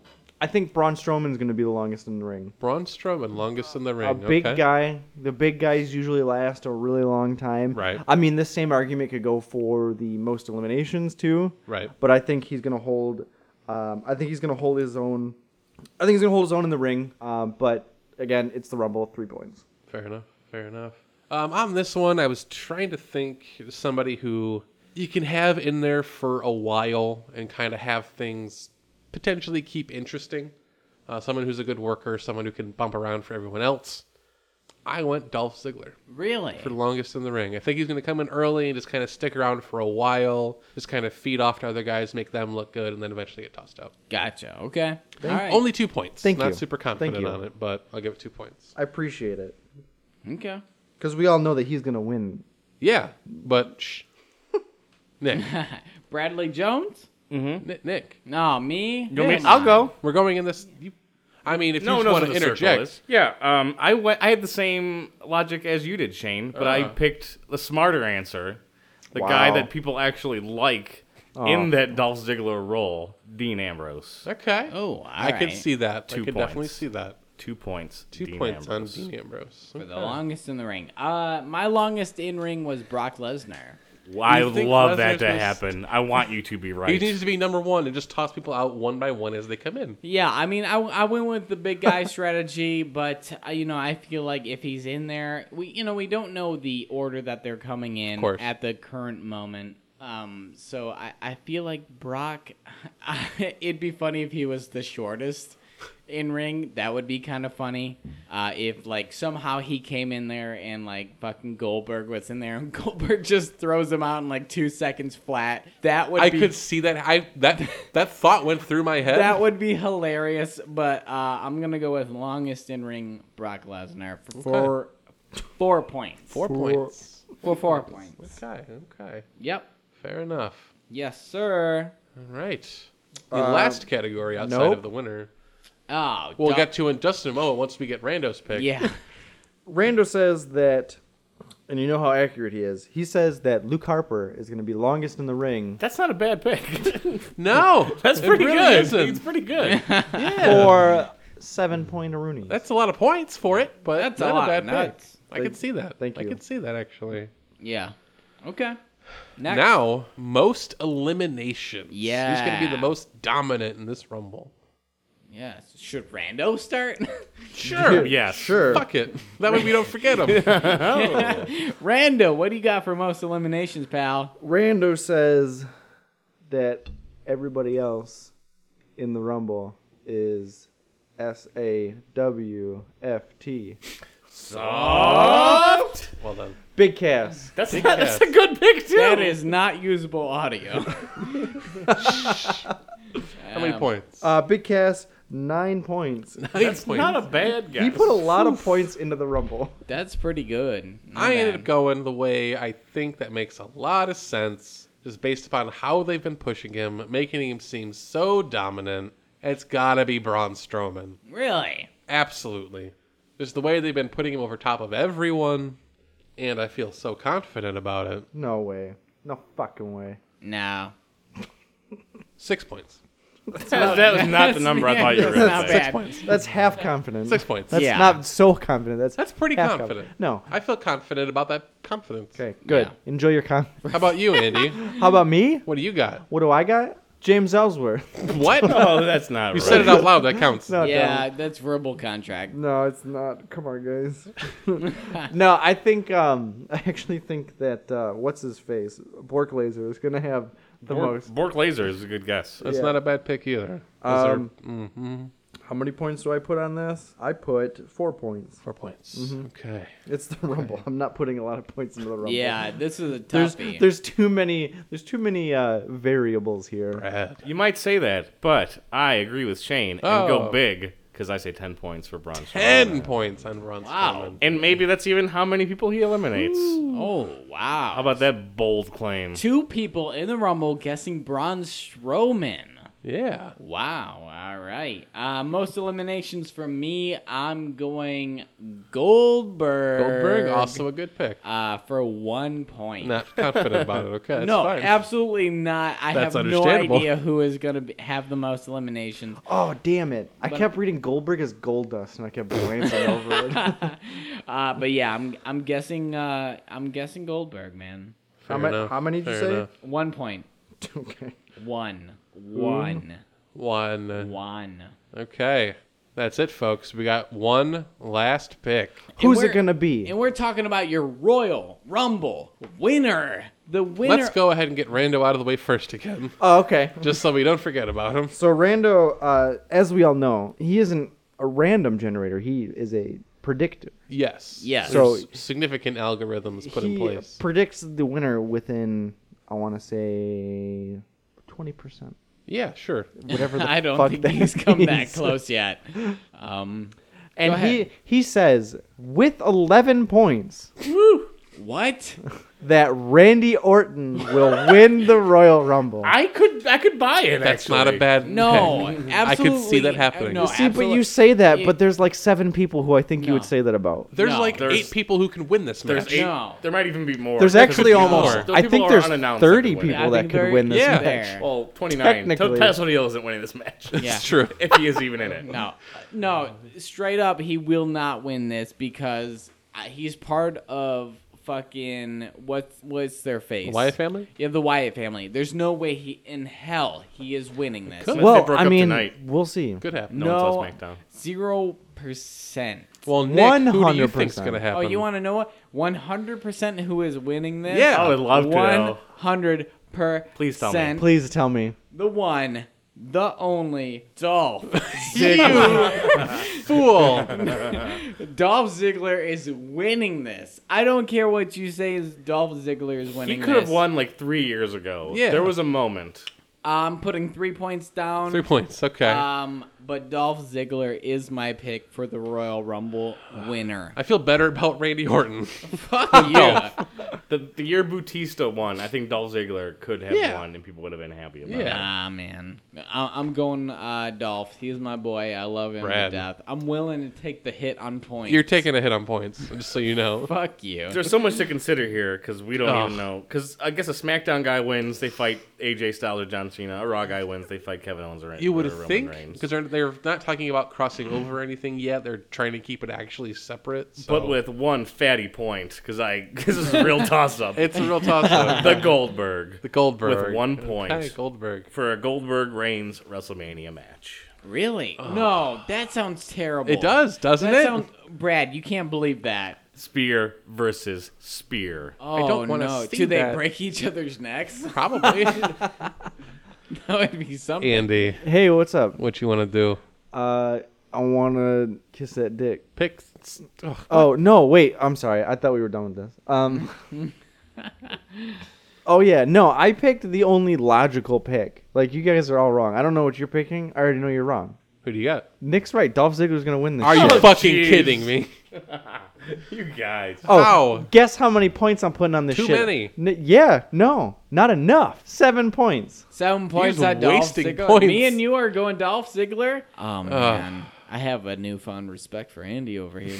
I think Braun Strowman's going to be the longest in the ring. Braun Strowman, longest in the ring. A big okay. guy. The big guys usually last a really long time. Right. I mean, this same argument could go for the most eliminations too. Right. But I think he's gonna hold. Um, I think he's gonna hold his own. I think he's gonna hold his own in the ring. Um, but again, it's the Rumble, three points. Fair enough. Fair enough. Um, on this one, I was trying to think of somebody who you can have in there for a while and kind of have things potentially keep interesting. Uh, someone who's a good worker, someone who can bump around for everyone else. I went Dolph Ziggler Really? for longest in the ring. I think he's going to come in early and just kind of stick around for a while, just kind of feed off to other guys, make them look good, and then eventually get tossed out. Gotcha. Okay. All right. Only two points. Thank Not you. super Thank confident you. on it, but I'll give it two points. I appreciate it okay. because we all know that he's gonna win. Yeah, but shh. Nick. Bradley Jones? Ni- Nick, No, me. You want me- Come I'll on. go. we're going in this. You, I mean, if you just want to interject, Yeah, um, I went. I had the same logic as you did, Shane, but Uh. I picked the smarter answer, the guy Wow. that people actually like Oh. in that Dolph Ziggler role, Dean Ambrose. okay. Oh, all I can right. see that. I Two can definitely points. see that. Two points. Two Dean points Ambrose. on Dean Ambrose. For the longest in the ring. Uh, my longest in ring was Brock Lesnar. Well, I You would think love that Lesnar's to gonna happen. I want you to be He right. needs to be number one and just toss people out one by one as they come in. Yeah, I mean, I, I went with the big guy strategy, but uh, you know, I feel like if he's in there, we you know we don't know the order that they're coming in course. at the current moment. Um, so I, I feel like Brock, it'd be funny if he was the shortest in ring. That would be kind of funny. Uh, if like somehow he came in there and like fucking Goldberg was in there and Goldberg just throws him out in like two seconds flat. That would I be could see that. I that that thought went through my head. that would be hilarious, but uh, I'm gonna go with longest in ring Brock Lesnar for four, four points. four, points. for four points. Okay. Okay. Yep. Fair enough. Yes, sir. All right. The last category outside nope. of the winner. Oh, We'll duh. get to in just a moment once we get Rando's pick. yeah. Rando says that, and you know how accurate he is. He says that Luke Harper is gonna be longest in the ring That's not a bad pick. No, That's it pretty really good. isn't. It's pretty good. for seven point Rooney. That's a lot of points for it, but That's not a lot bad of nuts. pick. I can see that. thank I you. can see that actually. Yeah. Okay. Next. Now, most eliminations. Who's going to be Yeah. the most dominant in this rumble? Yes. Should Rando start? Sure. yeah, Sure. Fuck it. That way we don't forget him. Rando, what do you got for most eliminations, pal? Rando says that everybody else in the Rumble is S A W F T. well done. Big Cass. That's, not, that's a good pick too. That is not usable audio. How many points? Uh, Big Cass, nine points. Nine That's not a bad guy. He put a lot of points into the Rumble. That's pretty good. Not I bad. ended up going the way I think that makes a lot of sense, just based upon how they've been pushing him, making him seem so dominant. It's got to be Braun Strowman. Really? Absolutely. Just the way they've been putting him over top of everyone, and I feel so confident about it. No way. No fucking way. No. Six points. that was not the number I thought you were That's going not to say. bad. That's half confident. Six points. That's Yeah. not so confident. That's That's pretty half confident. No. I feel confident about that confidence. Okay. Good. Enjoy your con. How about you, Andy? How about me? what do you got? What do I got? James Ellsworth. What? you Oh, that's not right. said it out loud. That counts. No, Yeah, that's verbal contract. No, it's not. Come on, guys. no, I think um, I actually think that uh, what's his face Bork Laser is gonna have the Bork, most. Bork Laser is a good guess. That's Yeah. not a bad pick either. Those are Um, Mm-hmm. How many points do I put on this? I put four points. four points. Okay. It's the Rumble. I'm not putting a lot of points into the Rumble. Yeah, this is a There's toughie. there's too many there's too many uh, variables here. Brad. You might say that, but I agree with Shane and Oh. go big because I say 10 points for Braun Strowman. Ten points on Braun Wow. Strowman. And maybe that's even how many people he eliminates. oh wow! How about that bold claim? two people in the rumble guessing Braun Strowman? Yeah. Wow! All right. Uh, most eliminations from me. I'm going Goldberg. Goldberg, also a good pick. Uh, for one point. Not confident about it. Okay. That's no, fine. absolutely not. I That's have no understandable. idea who is going to be, have the most eliminations. Oh damn it! I kept reading Goldberg as Gold Dust and I kept glancing over it. Uh, but yeah, I'm I'm guessing uh, I'm guessing Goldberg, man. How, Fair ma- enough. how many did you Fair say? enough. One point. Okay. One. One. One. One. Okay. That's it, folks. We got one last pick. Who's it we're- gonna be? And we're talking about your Royal Rumble winner. The winner. Let's go ahead and get Rando out of the way first again, oh, okay. just so we don't forget about him. So Rando, uh, as we all know, he isn't a random generator. He is a predictor. Yes. Yes. There's So- significant algorithms put he in place. predicts the winner within, I want to say, twenty percent. Yeah, sure. Whatever. The I don't fuck think that he's come that means. close yet. Um, And Go he ahead. he says with eleven points what? that Randy Orton will win the Royal Rumble. I could I could buy it. That's actually. not a bad No, pick. absolutely. I could see that happening. No, See, but absolute- you say that, It- but there's like seven people who I think you No. would say that about. There's No. like There's- eight people who can win this match. There's eight. No. There might even be more. There's actually people almost. are- I people think are there's unannounced thirty that could win. people I that think could there- win this. yeah. match. Well, 29. Technically. Technically. Pasolino isn't winning this match. Yeah. It's true. if he is even in it. No, no, straight up, he will not win this because uh, he's part of fucking what? What's their face? Wyatt family? Yeah, the Wyatt family. There's no way he in hell he is winning this. Unless they Well, broke I up mean, tonight. we'll see. Could happen. No, No. one saw SmackDown. Zero percent. Well, Nick, who do you 100%. think's going to Oh, happen? you want to know what? One hundred percent who is winning this? Yeah. I would love to One know. hundred per. Please tell me. Please tell me. The one, the only Dolph. fool? Dolph Ziggler is winning this. I don't care what you say. Is Dolph Ziggler is winning? He could have this. won like three years ago. Yeah. There was a moment. I'm putting three points down. Three points. Okay. Um, but Dolph Ziggler is my pick for the Royal Rumble winner. I feel better about Randy Orton. yeah. The, the year Bautista won, I think Dolph Ziggler could have Yeah. won and people would have been happy about Yeah. it. Nah, man. I- I'm going uh, Dolph. He's my boy. I love him Rad. to death. I'm willing to take the hit on points. You're taking a hit on points, just so you know. Fuck you. There's so much to consider here because we don't Ugh. even know. Because I guess a SmackDown guy wins, they fight AJ Styles or John Cena. A Raw guy wins, they fight Kevin Owens or Ra- You would or Roman think Reigns. because they're they're not talking about crossing over or anything yet. They're trying to keep it actually separate. So. But with one fatty point, because I this is a real toss up. it's a real toss up. the Goldberg the Goldberg With one point. Okay, Goldberg. for a Goldberg Reigns WrestleMania match. really? No, that sounds terrible. It does, doesn't That it? sounds. Brad, you can't believe that. Spear versus Spear. Oh, don't wanna no. see Do they that. break each other's necks? Probably. that would be something. Andy, Hey, what's up? what you want to do? Uh, I wanna kiss that dick. Pick. Oh no, wait. I'm sorry. I thought we were done with this. Um. oh yeah, no. I picked the only logical pick. Like you guys are all wrong. I don't know what you're picking. I already know you're wrong. Who do you got? Nick's right. Dolph Ziggler's gonna win this. Are you shit. fucking jeez. kidding me? You guys. Oh, How? guess how many points I'm putting on this Too shit. many. N- yeah, no, not enough. Seven points. Seven points He's on Dolph wasting Ziggler. points. Me and you are going Dolph Ziggler. Oh man, I have a newfound respect for Andy over here.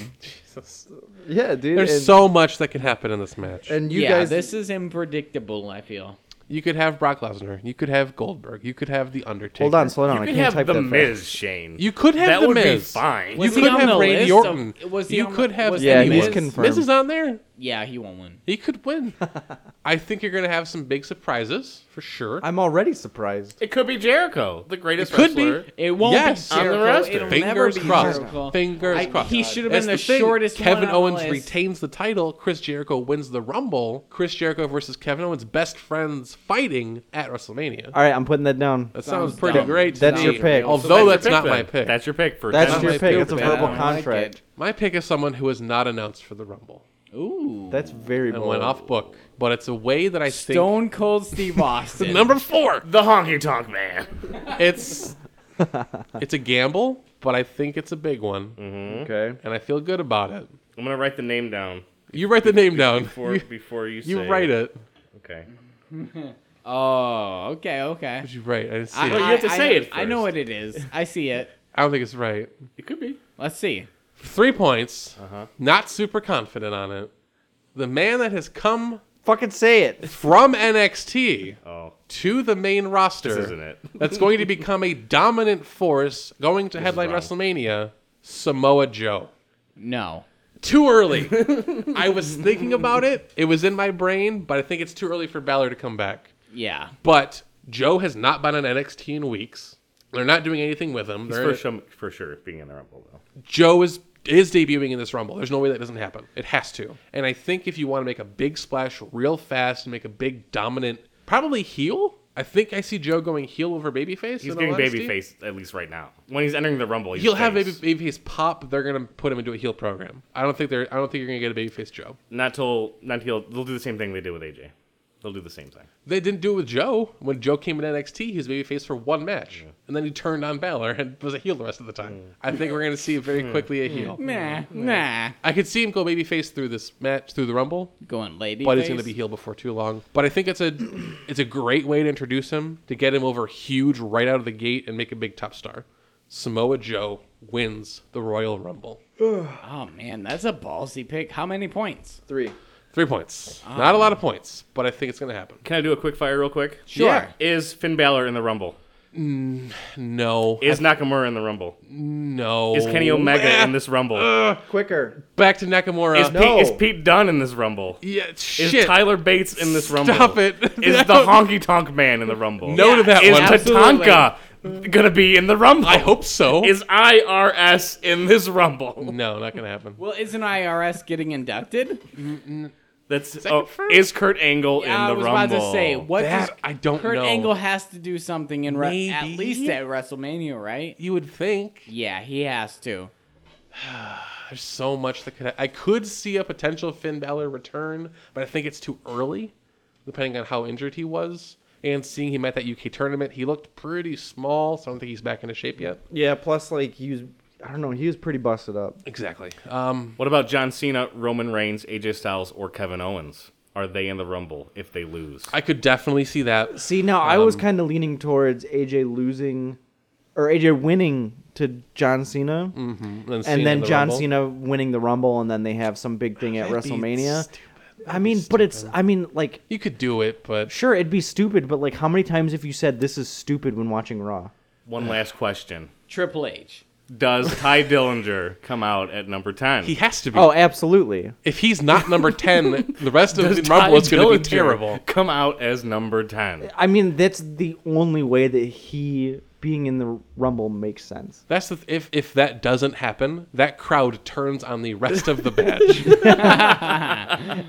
Yeah, dude. There's and, so much that can happen in this match. and you yeah, guys. this is unpredictable. I feel You could have Brock Lesnar. You could have Goldberg. You could have The Undertaker. Hold on, slow down. I You can't could have type the that. fast. Miz, Shane. You could have That The would be Miz. fine. You Was he could on have the Randy list Orton. of- was he you on could the- have was Yeah, anyone. he's confirmed. Miz is on there. Yeah, he won't win. He could win. I think you're going to have some big surprises for sure. I'm already surprised. It could be Jericho, the greatest It could be. wrestler. It won't Yes. be On the Jericho. roster. It'll never Fingers be crossed. Jericho. Fingers I- crossed. He should have That's been the, the thing. shortest one Kevin on the Owens list. retains the title. Chris Jericho wins the Rumble. Chris Jericho versus Kevin Owens, best friends fighting at WrestleMania. All right, I'm putting that down. That sounds, Sounds pretty dumb. great. to That's me. your pick. So Although that's, your not then. my pick. That's your pick for That's That's my your pick. pick, That's a man. verbal I like contract. my pick is someone who was not announced for the Rumble Ooh. That's very and bold. went off book. But it's a way that I think Stone Cold Steve Austin. number four. the honky tonk man. It's it's a gamble, but I think it's a big one, Mm. Okay. and I feel good about it. I'm gonna write the name down You write the name down. before you, before you say you write it. Okay. Oh, okay, okay. Did you write? I didn't see I- it. Well, you have to I- say I- it I know first. what it is. I see it. I don't think it's right. It could be. Let's see. Three points. Uh-huh. Not super confident on it. The man that has come Fucking say it. from NXT Oh, to the main roster this isn't it. that's going to become a dominant force going to headline wrong. WrestleMania, Samoa Joe. No. Too early. I was thinking about it. It was in my brain, but I think it's too early for Balor to come back. Yeah. But Joe has not been on NXT in weeks. They're not doing anything with him. It's They're- for, sure, for sure being in the Rumble though. Joe is is debuting in this Rumble. There's no way that doesn't happen. It has to. And I think if you want to make a big splash real fast and make a big dominant, probably heel. I think I see Joe going heel over babyface. He's in all getting honesty. babyface at least right now. When he's entering the Rumble, he's He'll have face. baby, babyface pop. They're gonna put him into a heel program. I don't think they're. I don't think you're gonna get a babyface Joe. Not till not till they'll do the same thing they did with AJ. They'll do the same thing. They didn't do it with Joe. When Joe came in NXT, he was babyface for one match, and then he turned on Balor and was a heel the rest of the time. Mm. I think we're gonna see very quickly a heel. Nah. Nah. I could see him go babyface through this match, through the Rumble, Going lady. but he's going to be healed before too long. But I think it's a it's a great way to introduce him to get him over huge right out of the gate and make a big top star. Samoa Joe wins the Royal Rumble. Oh man, that's a ballsy pick. How many points? Three. Three points, Ah. not a lot of points, but I think it's going to happen. Can I do a quick fire real quick? Sure. Yeah. Is Finn Balor in the Rumble? No, Is Nakamura in the Rumble? no. Is Kenny Omega in this Rumble? Quicker. back to Nakamura? is, No. Pete, is Pete Dunne in this Rumble? yeah, Is shit. Tyler Bates in this Rumble? Stop it. Is the Honky Tonk Man in the Rumble? No to that Is one. Tatanka gonna be in the Rumble? I hope so. Is IRS in this Rumble? no, not going to happen. Well, isn't IRS getting inducted? That's that oh, confirmed? is Kurt Angle Yeah, in I the was Rumble? about to say, what does That I don't Kurt know. Angle has to do something in re- at Maybe? least at WrestleMania, right? You would think Yeah, he has to. There's so much that could. I could see a potential Finn Balor return, but I think it's too early, depending on how injured he was. And seeing him at that UK tournament, he looked pretty small, so I don't think he's back into shape yet. Yeah. Plus, like he was. I don't know. He was pretty busted up. Exactly. Um, What about John Cena, Roman Reigns, AJ Styles, or Kevin Owens? Are they in the Rumble if they lose? I could definitely see that. See, now I was kind of leaning towards AJ losing, or AJ winning to John Cena, And, and then the John Rumble. Mm-hmm. Cena winning the Rumble, and then they have some big thing at That'd be WrestleMania. stupid. I mean, but it's. I mean, like. You could do it, but Sure, it'd be stupid, but like, how many times have you said this is stupid when watching Raw? One last question. Triple H. Does Ty Dillinger come out at number 10? he has to be. Oh, absolutely. If he's not number ten, the rest of Does the Rumble is Ty going to be Dillinger terrible. Come out as number 10. I mean, that's the only way that he being in the Rumble makes sense. That's the th- if if that doesn't happen, that crowd turns on the rest of the badge.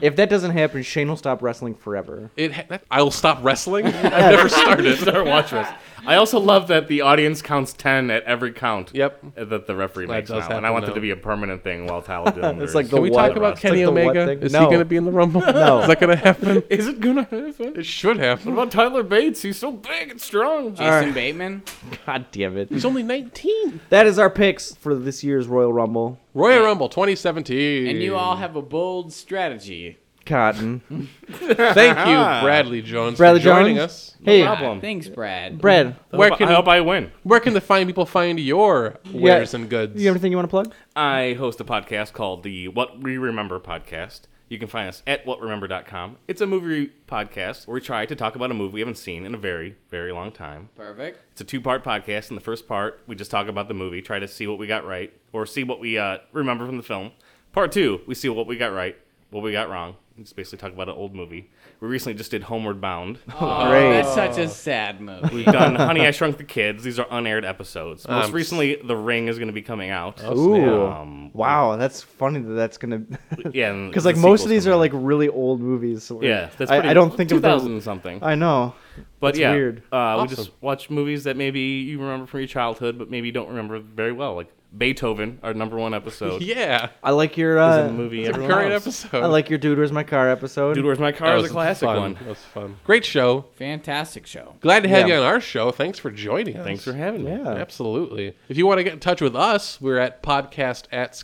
If that doesn't happen, Shane will stop wrestling forever. It ha- that- I'll stop wrestling. I've never started. Start watch wrestling. I also love that the audience counts 10 at every count. Yep. That the referee makes does now. And I happen want that now. to be a permanent thing while Tyler Dillinger It's like is- the Can we what- talk about it's Kenny like the what Omega? thing? Is No. he going to be in the Rumble? No. Is that going to happen? Is it going to happen? It should happen. What about Tyler Bates? He's so big and strong. Jason Bateman. God damn it. He's only 19. That is our picks for this year's Royal Rumble. Royal Rumble 2017. And you all have a bold strategy. Cotton. Thank you, Bradley Jones, Bradley for joining Jones? us. hey, Ah, problem. thanks, Brad. Brad, Where I can, hope I win. where can the fine people find your wares and goods? you have anything you want to plug? I host a podcast called the What We Remember podcast. You can find us at whatremember.com. It's a movie podcast where we try to talk about a movie we haven't seen in a very, very long time. Perfect. It's a two part podcast. In the first part, we just talk about the movie, try to see what we got right, or see what we uh, remember from the film. Part two, we see what we got right, what we got wrong. We Just basically talk about an old movie. We recently just did Homeward Bound. Oh, that's such a sad movie. We've done Honey, I Shrunk the Kids. These are unaired episodes. Most Um, Oh, recently, The Ring is going to be coming out. Ooh. Um, wow, that's funny that that's gonna. Yeah, Because like most of these are like really old movies. So we're- yeah, that's I, pretty, I don't think two of thousand them. something. I know. but that's yeah, weird. Uh, we just watch movies that maybe you remember from your childhood, but maybe you don't remember very well. Like Beethoven, our number one episode. Yeah, I like your is uh, a movie. everyone current loves. episode. I like your dude. Where's my car episode? Dude, where's my That car? Is a was classic fun. one. That was fun. Great show. Fantastic show. Glad to have Yeah. you on our show. Thanks for joining us. Thanks for having me. yeah. Absolutely. If you want to get in touch with us, we're at podcast at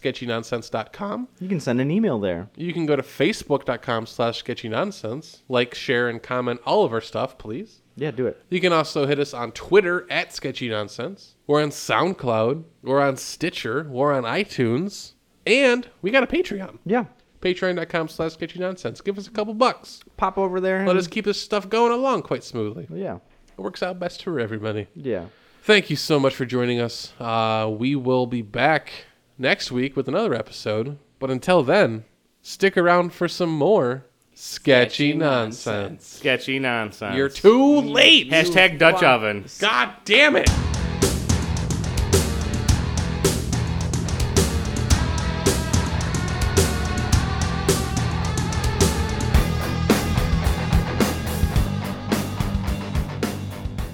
sketchynonsense.com. You can send an email there. You can go to facebook.com slash sketchynonsense. Like, share, and comment all of our stuff, please. Yeah, do it. You can also hit us on Twitter at Sketchy Nonsense. We're on SoundCloud. We're on Stitcher. We're on iTunes. And we got a Patreon. Yeah, Patreon.com slash sketchy nonsense. Give us a couple bucks. pop over there. Let and- us keep this stuff going along quite smoothly. Yeah, It works out best for everybody. yeah. Thank you so much for joining us. Uh, we will be back next week with another episode. But until then, stick around for some more sketchy, Sketchy nonsense. nonsense. Sketchy nonsense. You're too late. Hashtag Dutch oven. God damn it.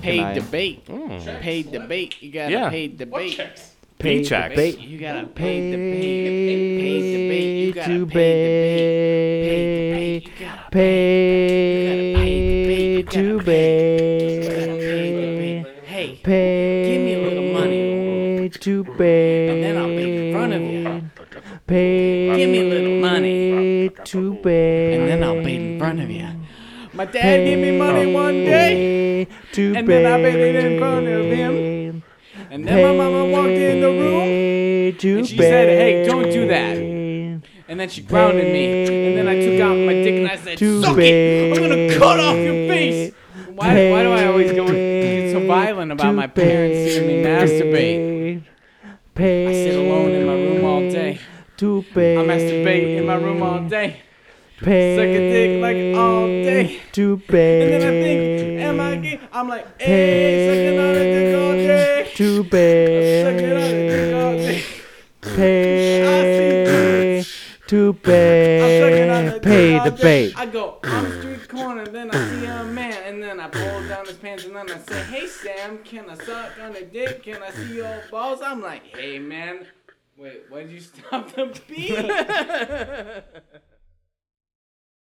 Paid I- debate. Paid debate. You gotta Yeah. pay debate. Pay Pay- checks. You gotta pay debate. Pay debate. You gotta pay debate. Pay debate. You gotta Pay pay debate. You to gotta pay pay. debate. Hey, Pay. give me a little money, to pay. and then I'll be in front of you. Pay. Give me a little money. to pay. and then I'll bathe in front of you. My dad gave me money one day, To and then I bathed in front of him. And then my mama walked in the room, To and she said, "Hey, don't do that." And then she grounded me, and then I took out my dick and I said, "Suck it! I'm gonna cut off your face." Why, why do I always go get so violent about my parents seeing me masturbate? I sit alone in my room all day. To pay. I masturbate in my room all day. Pay. Suck a dick like all day. To pay. And then I think, am I gay? I'm like, hey, sucking on a dick all day. To pay. Sucking on a dick all day. Pay. To I'm sucking on pay. a dick Pay all the day. bait. I go on the street corner, then I see a man, and then I pull down his pants, and then I say, hey, Sam, can I suck on a dick? Can I see your balls? I'm like, hey, man. Wait, why did you stop the beat?